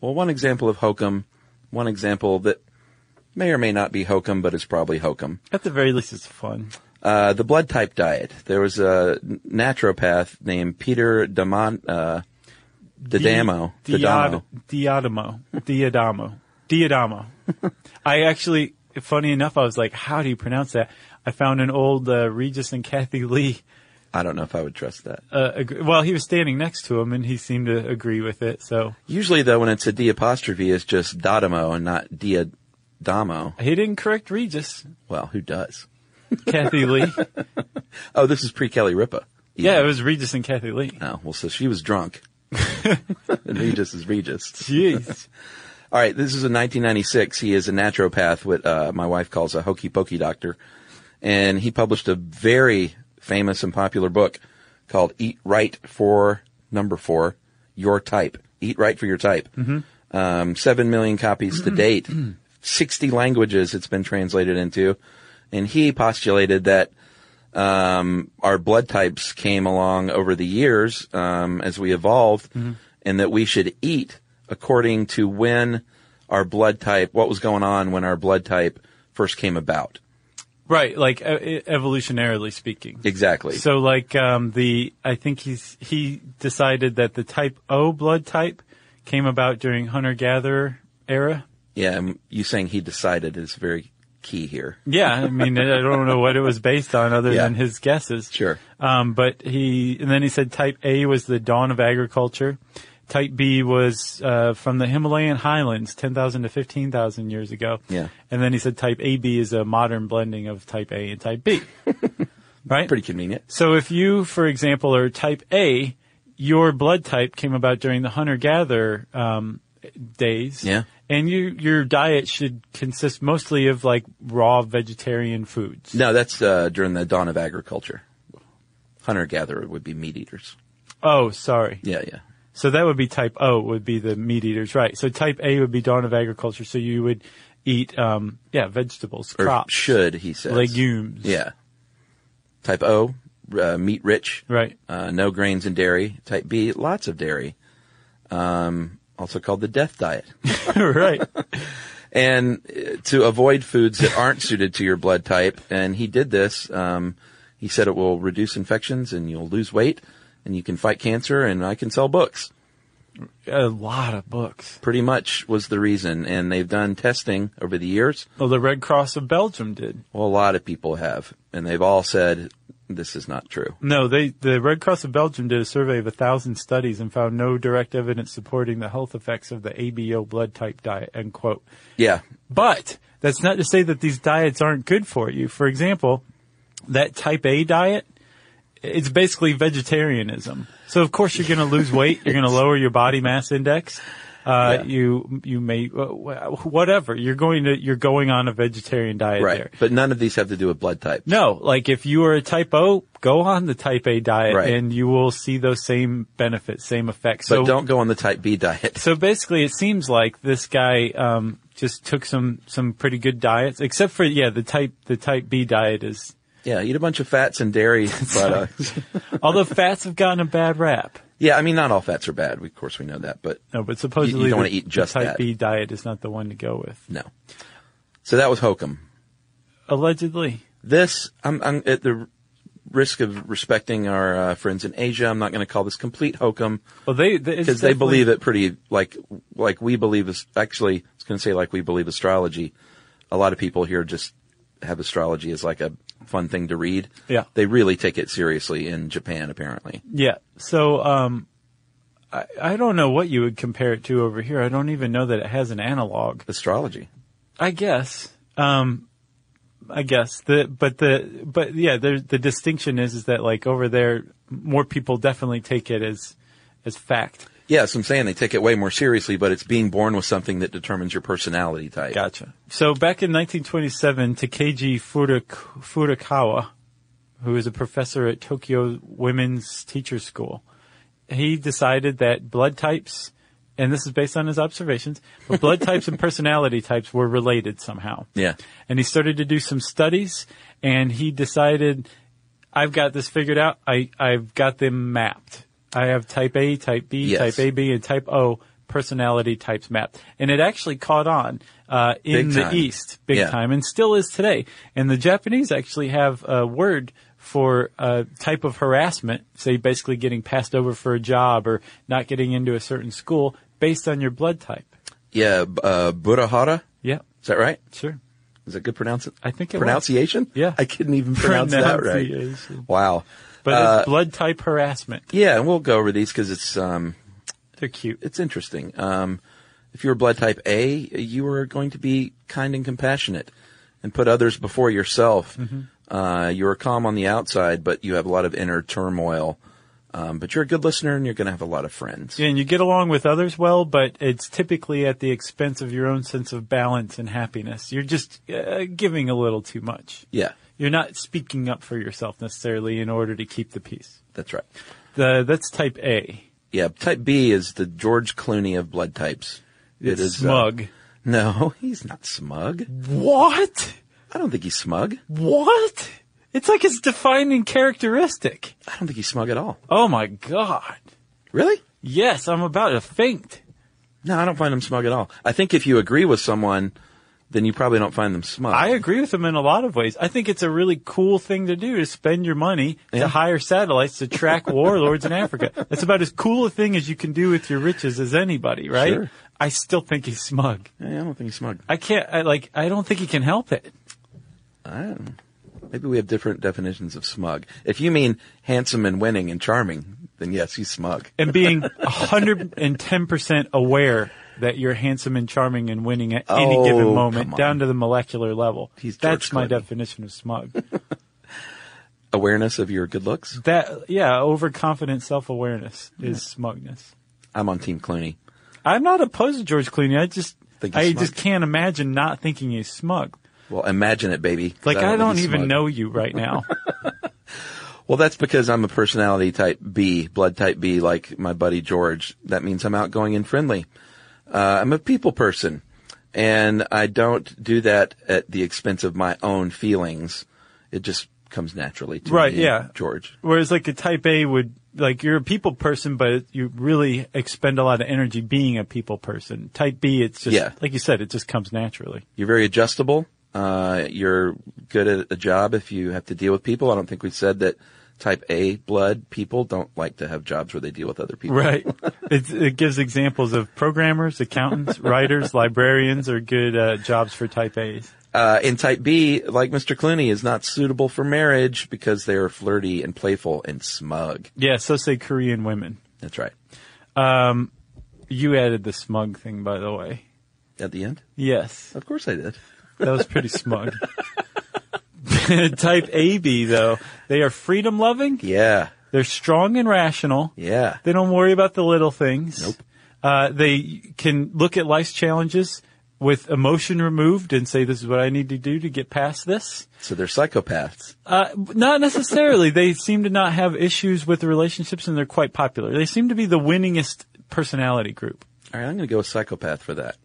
[SPEAKER 3] well, one example of hokum, one example that may or may not be hokum, but is probably hokum.
[SPEAKER 1] At the very least, it's fun.
[SPEAKER 3] Uh, the blood type diet. There was a naturopath named Peter Damon, uh, Didamo. Didamo.
[SPEAKER 1] Diad- Diadamo. Diadamo. Diadamo. I actually, funny enough, I was like, how do you pronounce that? I found an old uh, Regis and Kathy Lee.
[SPEAKER 3] I don't know if I would trust that.
[SPEAKER 1] Uh, ag- well, he was standing next to him and he seemed to agree with it. So
[SPEAKER 3] Usually, though, when it's a D apostrophe, it's just Dodamo and not Diadamo.
[SPEAKER 1] he didn't correct Regis.
[SPEAKER 3] Well, who does?
[SPEAKER 1] Kathy Lee.
[SPEAKER 3] Oh, this is pre Kelly Ripa.
[SPEAKER 1] Yeah, it was Regis and Kathy Lee.
[SPEAKER 3] Oh, well, so she was drunk. <laughs> and Regis is Regis.
[SPEAKER 1] Jeez.
[SPEAKER 3] All right, this is in 1996. He is a naturopath, what uh, my wife calls a hokey pokey doctor. And he published a very famous and popular book called Eat Right for Number Four, Your Type. Eat Right for Your Type. Um, Seven million copies to date, 60 languages it's been translated into. And he postulated that um, our blood types came along over the years um, as we evolved,
[SPEAKER 1] Mm-hmm.
[SPEAKER 3] and that we should eat according to when our blood type, what was going on when our blood type first came about.
[SPEAKER 1] Right, like e- evolutionarily speaking.
[SPEAKER 3] Exactly.
[SPEAKER 1] So like um, the I think he's he decided that the type O blood type came about during hunter gatherer era.
[SPEAKER 3] yeah, and you saying he decided is very key here.
[SPEAKER 1] Yeah, I mean I don't know what it was based on other
[SPEAKER 3] Yeah.
[SPEAKER 1] than his guesses.
[SPEAKER 3] Sure.
[SPEAKER 1] Um, but he and then he said type A was the dawn of agriculture. Type B was uh, from the Himalayan highlands, ten thousand to fifteen thousand years ago.
[SPEAKER 3] Yeah.
[SPEAKER 1] And then he said type AB is a modern blending of type A and type
[SPEAKER 3] <laughs>
[SPEAKER 1] B. right.
[SPEAKER 3] Pretty convenient.
[SPEAKER 1] So if you, for example, are type A, your blood type came about during the hunter-gatherer um, days.
[SPEAKER 3] Yeah.
[SPEAKER 1] And you, your diet should consist mostly of like raw vegetarian foods.
[SPEAKER 3] No, that's uh, during the dawn of agriculture. Hunter gatherer would be meat eaters.
[SPEAKER 1] Oh, sorry.
[SPEAKER 3] Yeah, yeah.
[SPEAKER 1] So that would be type O would be the meat eaters, right? So type A would be dawn of agriculture. So you would eat, um, yeah, vegetables,
[SPEAKER 3] Or
[SPEAKER 1] crops,
[SPEAKER 3] should, he says.
[SPEAKER 1] legumes,
[SPEAKER 3] Yeah. Type O, uh, meat rich.
[SPEAKER 1] right? <laughs>
[SPEAKER 3] uh, no grains and dairy. Type B, lots of dairy. Um, also called the death
[SPEAKER 1] <laughs>
[SPEAKER 3] diet.
[SPEAKER 1] right.
[SPEAKER 3] and uh, to avoid foods that aren't suited to your blood type. And he did this. Um, he said it will reduce infections and you'll lose weight and you can fight cancer and I can sell books.
[SPEAKER 1] A lot of books.
[SPEAKER 3] Pretty much was the reason. And they've done testing over the years.
[SPEAKER 1] Well, the Red Cross of Belgium did.
[SPEAKER 3] Well, a lot of people have. And they've all said this is not true.
[SPEAKER 1] No, they the Red Cross of Belgium did a survey of a thousand studies and found no direct evidence supporting the health effects of the ABO blood type diet. End quote.
[SPEAKER 3] Yeah.
[SPEAKER 1] But that's not to say that these diets aren't good for you. For example, that type A diet, it's basically vegetarianism. So of course you're going to lose weight. You're going to lower your body mass index. Uh, you, you may, whatever. You're going to, you're going on a vegetarian diet
[SPEAKER 3] Right.
[SPEAKER 1] there.
[SPEAKER 3] But none of these have to do with blood type.
[SPEAKER 1] No, like if you are a type O, go on the type A diet
[SPEAKER 3] Right.
[SPEAKER 1] and you will see those same benefits, same effects.
[SPEAKER 3] But
[SPEAKER 1] So,
[SPEAKER 3] don't go on the type B diet.
[SPEAKER 1] so basically it seems like this guy, um, just took some, some pretty good diets, except for, yeah, the type, the type B diet is,
[SPEAKER 3] Yeah, eat a bunch of fats and dairy <laughs> products. <laughs>
[SPEAKER 1] although fats have gotten a bad rap.
[SPEAKER 3] yeah, I mean, not all fats are bad. We, of course, we know that, but
[SPEAKER 1] No, but supposedly
[SPEAKER 3] don't
[SPEAKER 1] the,
[SPEAKER 3] wanna eat
[SPEAKER 1] the
[SPEAKER 3] just
[SPEAKER 1] type
[SPEAKER 3] that.
[SPEAKER 1] B diet is not the one to go with.
[SPEAKER 3] no. So that was hokum.
[SPEAKER 1] Allegedly.
[SPEAKER 3] This, I'm, I'm at the risk of respecting our uh, friends in Asia. I'm not going to call this complete hokum
[SPEAKER 1] Well, they, because
[SPEAKER 3] because they believe it pretty like like we believe is actually. I was going to say like we believe astrology. A lot of people here just have astrology as like a fun thing to read.
[SPEAKER 1] Yeah.
[SPEAKER 3] they really take it seriously in Japan apparently.
[SPEAKER 1] Yeah. So, um, I, I don't know what you would compare it to over here. I don't even know that it has an analog.
[SPEAKER 3] Astrology.
[SPEAKER 1] I guess. Um, I guess the but the but yeah, the the distinction is is that like over there, more people definitely take it as as fact.
[SPEAKER 3] Yeah, so I'm saying they take it way more seriously, but it's being born with something that determines your personality type.
[SPEAKER 1] Gotcha. So back in 1927, Takeji Furak- Furukawa, who is a professor at Tokyo Women's Teachers School, he decided that blood types, and this is based on his observations, but blood types and personality types were related somehow.
[SPEAKER 3] Yeah.
[SPEAKER 1] And he started to do some studies, and he decided, I've got this figured out. I, I've got them mapped. I have type A, type B,
[SPEAKER 3] Yes.
[SPEAKER 1] type AB, and type O personality types mapped. And it actually caught on uh, in
[SPEAKER 3] Big
[SPEAKER 1] the
[SPEAKER 3] time.
[SPEAKER 1] East big
[SPEAKER 3] Yeah.
[SPEAKER 1] time and still is today. And the Japanese actually have a word for a type of harassment, say basically getting passed over for a job or not getting into a certain school based on your blood type.
[SPEAKER 3] Yeah, b- uh, Buddhahara.
[SPEAKER 1] Yeah,
[SPEAKER 3] Is that right?
[SPEAKER 1] sure.
[SPEAKER 3] Is that good pronounce it?
[SPEAKER 1] I think it was.
[SPEAKER 3] pronunciation.
[SPEAKER 1] Yeah.
[SPEAKER 3] I couldn't even pronounce that right.
[SPEAKER 1] Pronunciation.
[SPEAKER 3] Wow.
[SPEAKER 1] But
[SPEAKER 3] Uh,
[SPEAKER 1] it's blood type harassment.
[SPEAKER 3] yeah, and we'll go over these because it's um,
[SPEAKER 1] They're cute.
[SPEAKER 3] it's interesting. Um, if you were blood type A, you were going to be kind and compassionate and put others before yourself.
[SPEAKER 1] Mm-hmm.
[SPEAKER 3] Uh, you are calm on the outside, but you have a lot of inner turmoil. Um, but you're a good listener and you're going to have a lot of friends.
[SPEAKER 1] Yeah, and you get along with others well, but it's typically at the expense of your own sense of balance and happiness. You're just uh, giving a little too much.
[SPEAKER 3] Yeah,
[SPEAKER 1] You're not speaking up for yourself necessarily in order to keep the peace.
[SPEAKER 3] that's right.
[SPEAKER 1] The, that's type A.
[SPEAKER 3] Yeah, type B is the George Clooney of blood types. It
[SPEAKER 1] It's
[SPEAKER 3] is, uh,
[SPEAKER 1] smug.
[SPEAKER 3] <laughs> no, he's not smug.
[SPEAKER 1] what?
[SPEAKER 3] I don't think he's smug.
[SPEAKER 1] What? It's like his defining characteristic.
[SPEAKER 3] I don't think he's smug at all.
[SPEAKER 1] Oh my god.
[SPEAKER 3] Really?
[SPEAKER 1] Yes, I'm about to faint.
[SPEAKER 3] No, I don't find him smug at all. I think if you agree with someone, then you probably don't find them smug.
[SPEAKER 1] I agree with him in a lot of ways. I think it's a really cool thing to do to spend your money to hire satellites to
[SPEAKER 3] <laughs>
[SPEAKER 1] track warlords in Africa. That's about as cool a thing as you can do with your riches as anybody, right?
[SPEAKER 3] Sure.
[SPEAKER 1] I still think he's smug.
[SPEAKER 3] Yeah, I don't think he's smug.
[SPEAKER 1] I can't, I like, I don't think he can help it.
[SPEAKER 3] I don't know. Maybe we have different definitions of smug. If you mean handsome and winning and charming, then yes, he's smug.
[SPEAKER 1] and being 110% aware that you're handsome and charming and winning at any
[SPEAKER 3] Oh,
[SPEAKER 1] given
[SPEAKER 3] come
[SPEAKER 1] moment
[SPEAKER 3] on.
[SPEAKER 1] down to the molecular level.
[SPEAKER 3] He's George
[SPEAKER 1] That's my
[SPEAKER 3] Clooney.
[SPEAKER 1] definition of smug.
[SPEAKER 3] Awareness of your good looks?
[SPEAKER 1] that yeah, overconfident self-awareness is smugness.
[SPEAKER 3] I'm on Team Clooney.
[SPEAKER 1] I'm not opposed to George Clooney. I just
[SPEAKER 3] Think he's
[SPEAKER 1] I
[SPEAKER 3] smug.
[SPEAKER 1] just can't imagine not thinking he's smug.
[SPEAKER 3] Well, imagine it, baby. 'cause
[SPEAKER 1] Like I
[SPEAKER 3] think
[SPEAKER 1] don't,
[SPEAKER 3] he's
[SPEAKER 1] even
[SPEAKER 3] smug.
[SPEAKER 1] know you
[SPEAKER 3] <laughs>
[SPEAKER 1] right now.
[SPEAKER 3] Well, that's because I'm a personality type B, blood type B, like my buddy George. That means I'm outgoing and friendly. Uh, I'm a people person, and I don't do that at the expense of my own feelings. It just comes naturally to
[SPEAKER 1] Right,
[SPEAKER 3] me,
[SPEAKER 1] yeah.
[SPEAKER 3] George.
[SPEAKER 1] Whereas like a type A would like you're a people person, but you really expend a lot of energy being a people person. Type B, it's just
[SPEAKER 3] Yeah.
[SPEAKER 1] like you said, it just comes naturally.
[SPEAKER 3] You're very adjustable. Uh, you're good at a job if you have to deal with people. I don't think we said that type A blood people don't like to have jobs where they deal with other people.
[SPEAKER 1] Right. <laughs> it, it gives examples of programmers, accountants, <laughs> writers, librarians are good uh, jobs for type A's.
[SPEAKER 3] Uh, and type B, like Mr. Clooney, is not suitable for marriage because they are flirty and playful and smug.
[SPEAKER 1] Yeah, so say Korean women.
[SPEAKER 3] That's right.
[SPEAKER 1] You added the smug thing, by the way.
[SPEAKER 3] At the end?
[SPEAKER 1] Yes,
[SPEAKER 3] Of course I did.
[SPEAKER 1] that was pretty smug. <laughs> type AB, though, they are freedom loving,
[SPEAKER 3] Yeah.
[SPEAKER 1] They're strong and rational.
[SPEAKER 3] Yeah.
[SPEAKER 1] They don't worry about the little things.
[SPEAKER 3] Nope.
[SPEAKER 1] Uh, they can look at life's challenges with emotion removed and say, this is what I need to do to get past this.
[SPEAKER 3] So they're psychopaths.
[SPEAKER 1] Uh, not necessarily. they seem to not have issues with relationships and they're quite popular. They seem to be the winningest personality group.
[SPEAKER 3] All right, I'm going to go with psychopath for that.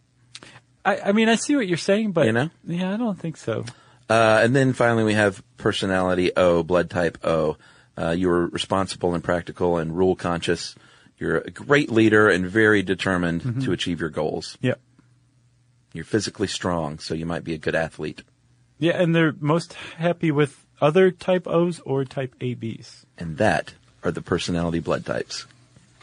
[SPEAKER 1] I, I mean, I see what you're saying, but
[SPEAKER 3] You know?
[SPEAKER 1] yeah, I don't think so.
[SPEAKER 3] Uh, and then finally, we have personality O, blood type O. Uh, you are responsible and practical and rule conscious. You're a great leader and very determined to achieve your goals.
[SPEAKER 1] Yeah.
[SPEAKER 3] You're physically strong, so you might be a good athlete.
[SPEAKER 1] Yeah, and they're most happy with other type O's or type ABs.
[SPEAKER 3] And that are the personality blood types.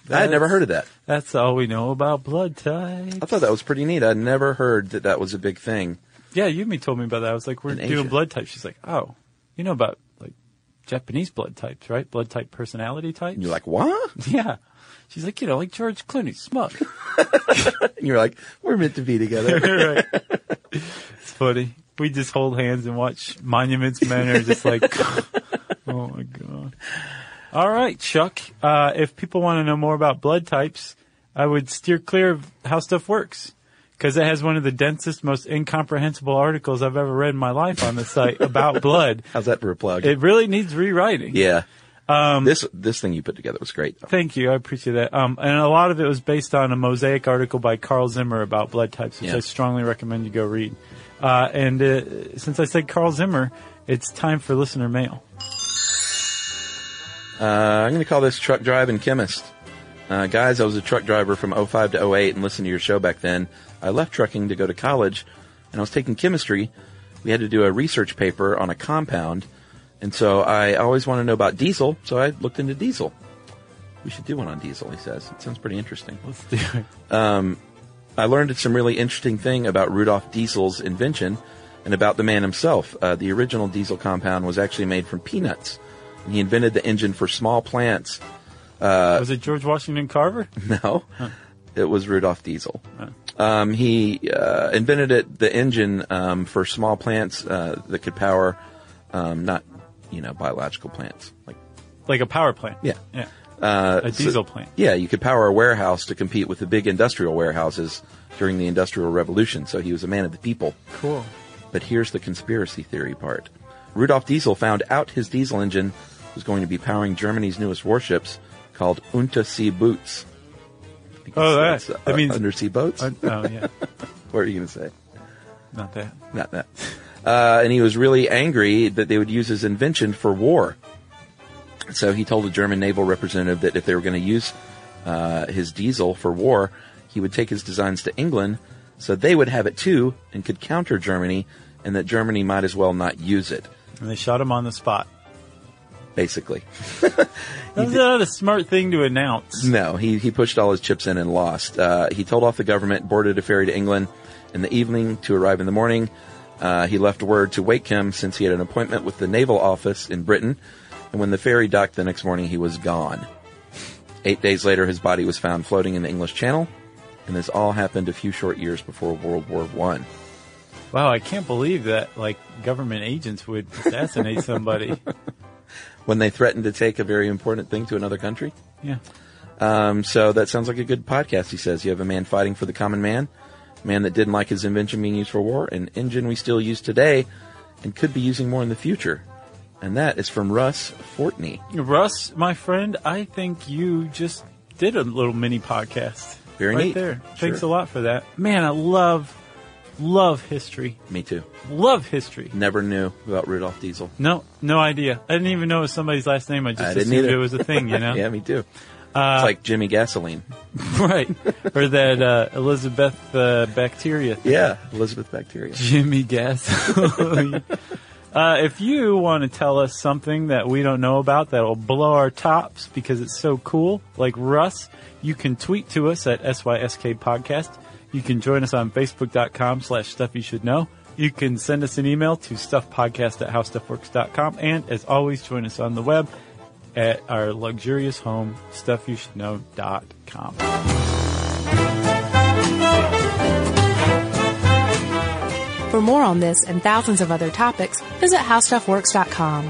[SPEAKER 3] I had
[SPEAKER 1] That's-
[SPEAKER 3] never heard of that.
[SPEAKER 1] That's all we know about blood types.
[SPEAKER 3] I thought that was pretty neat. I'd never heard that that was a big thing.
[SPEAKER 1] Yeah, Yumi told me about that. I was like, we're
[SPEAKER 3] In
[SPEAKER 1] doing
[SPEAKER 3] Asia.
[SPEAKER 1] blood types. She's like, oh, you know about like Japanese blood types, right? Blood type personality types.
[SPEAKER 3] And you're like, what? <laughs>
[SPEAKER 1] yeah. She's like, you know, like George Clooney, smug.
[SPEAKER 3] And you're like, we're meant to be <laughs> together.
[SPEAKER 1] right. It's funny. We just hold hands and watch Monuments Men are just like, <laughs> oh my God. All right, Chuck. Uh, if people want to know more about blood types, I would steer clear of how stuff works. Because it has one of the densest, most incomprehensible articles I've ever read in my life on the site about <laughs> blood.
[SPEAKER 3] How's that for a plug?
[SPEAKER 1] It really needs rewriting.
[SPEAKER 3] yeah. Um, this this thing you put together was great.
[SPEAKER 1] Thank you. I appreciate that. Um, and a lot of it was based on a mosaic article by Carl Zimmer about blood types, which
[SPEAKER 3] Yeah.
[SPEAKER 1] I strongly recommend you go read. Uh, and uh, since I said Carl Zimmer, it's time for listener mail.
[SPEAKER 3] Uh, I'm going to call this truck drive and chemist. Uh, guys, I was a truck driver from 05 to 08 and listened to your show back then. I left trucking to go to college and I was taking chemistry. We had to do a research paper on a compound. And so I always want to know about diesel. So I looked into diesel. We should do one on diesel, he says. It sounds pretty interesting.
[SPEAKER 1] Let's do it.
[SPEAKER 3] I learned some really interesting thing about Rudolf Diesel's invention and about the man himself. Uh, the original diesel compound was actually made from peanuts. And he invented the engine for small plants Uh,
[SPEAKER 1] was it George Washington Carver?
[SPEAKER 3] <laughs> No, it was Rudolf Diesel. Um, he uh, invented it, the engine um, for small plants uh, that could power, um, not you know biological plants. Like
[SPEAKER 1] Like a power plant.
[SPEAKER 3] Yeah.
[SPEAKER 1] Yeah.
[SPEAKER 3] uh,
[SPEAKER 1] A
[SPEAKER 3] so-
[SPEAKER 1] diesel plant.
[SPEAKER 3] Yeah, you could power a warehouse to compete with the big industrial warehouses during the Industrial Revolution. So he was a man of the people.
[SPEAKER 1] Cool.
[SPEAKER 3] But here's the conspiracy theory part. Rudolf Diesel found out his diesel engine was going to be powering Germany's newest warships called Untersee Boots. I guess
[SPEAKER 1] Oh, that-
[SPEAKER 3] that's, uh,
[SPEAKER 1] that means-
[SPEAKER 3] undersea boats.
[SPEAKER 1] Uh, oh, yeah.
[SPEAKER 3] What were you going to say?
[SPEAKER 1] Not that.
[SPEAKER 3] Not that. Uh, and he was really angry that they would use his invention for war. So he told a German naval representative that if they were going to use uh, his diesel for war, he would take his designs to England so they would have it too and could counter Germany, and that Germany might as well not use it,
[SPEAKER 1] And they shot him on the spot.
[SPEAKER 3] basically.
[SPEAKER 1] That's not a smart thing to announce.
[SPEAKER 3] No, he, he pushed all his chips in and lost. Uh, he told off the government, boarded a ferry to England in the evening to arrive in the morning. Uh, he left word to wake him since he had an appointment with the naval office in Britain. And when the ferry docked the next morning, he was gone. Eight days later, his body was found floating in the English Channel. And this all happened a few short years before World War One.
[SPEAKER 1] Wow, I can't believe that like government agents would
[SPEAKER 3] <laughs>
[SPEAKER 1] assassinate somebody.
[SPEAKER 3] when they threatened to take a very important thing to another country.
[SPEAKER 1] Yeah.
[SPEAKER 3] Um, so that sounds like a good podcast, he says. You have a man fighting for the common man, a man that didn't like his invention being used for war, an engine we still use today and could be using more in the future. And that is from Russ Fortney.
[SPEAKER 1] Russ, my friend, I think you just did a little mini podcast.
[SPEAKER 3] Very
[SPEAKER 1] right
[SPEAKER 3] neat.
[SPEAKER 1] there. Thanks a
[SPEAKER 3] Sure.
[SPEAKER 1] lot for that. Man, I love, love history.
[SPEAKER 3] Me too.
[SPEAKER 1] Love history.
[SPEAKER 3] Never knew about Rudolph Diesel.
[SPEAKER 1] No, no idea. I didn't even know it was somebody's last name. I just
[SPEAKER 3] I didn't
[SPEAKER 1] assumed
[SPEAKER 3] either.
[SPEAKER 1] it was a thing, you know?
[SPEAKER 3] <laughs>
[SPEAKER 1] Uh,
[SPEAKER 3] yeah, me too. it's like Jimmy Gasoline.
[SPEAKER 1] <laughs> Right. Or that uh, Elizabeth uh, bacteria thing.
[SPEAKER 3] Yeah, Elizabeth Bacteria.
[SPEAKER 1] <laughs> Jimmy Gasoline. uh, if you want to tell us something that we don't know about that will blow our tops because it's so cool, like Russ, you can tweet to us at SYSK Podcast. You can join us on Facebook.com slash Stuff You Should Know. You can send us an email to stuffpodcast at howstuffworks.com. And as always, join us on the web at our luxurious home, stuffyoushouldknow.com.
[SPEAKER 2] For more on this and thousands of other topics, visit howstuffworks.com.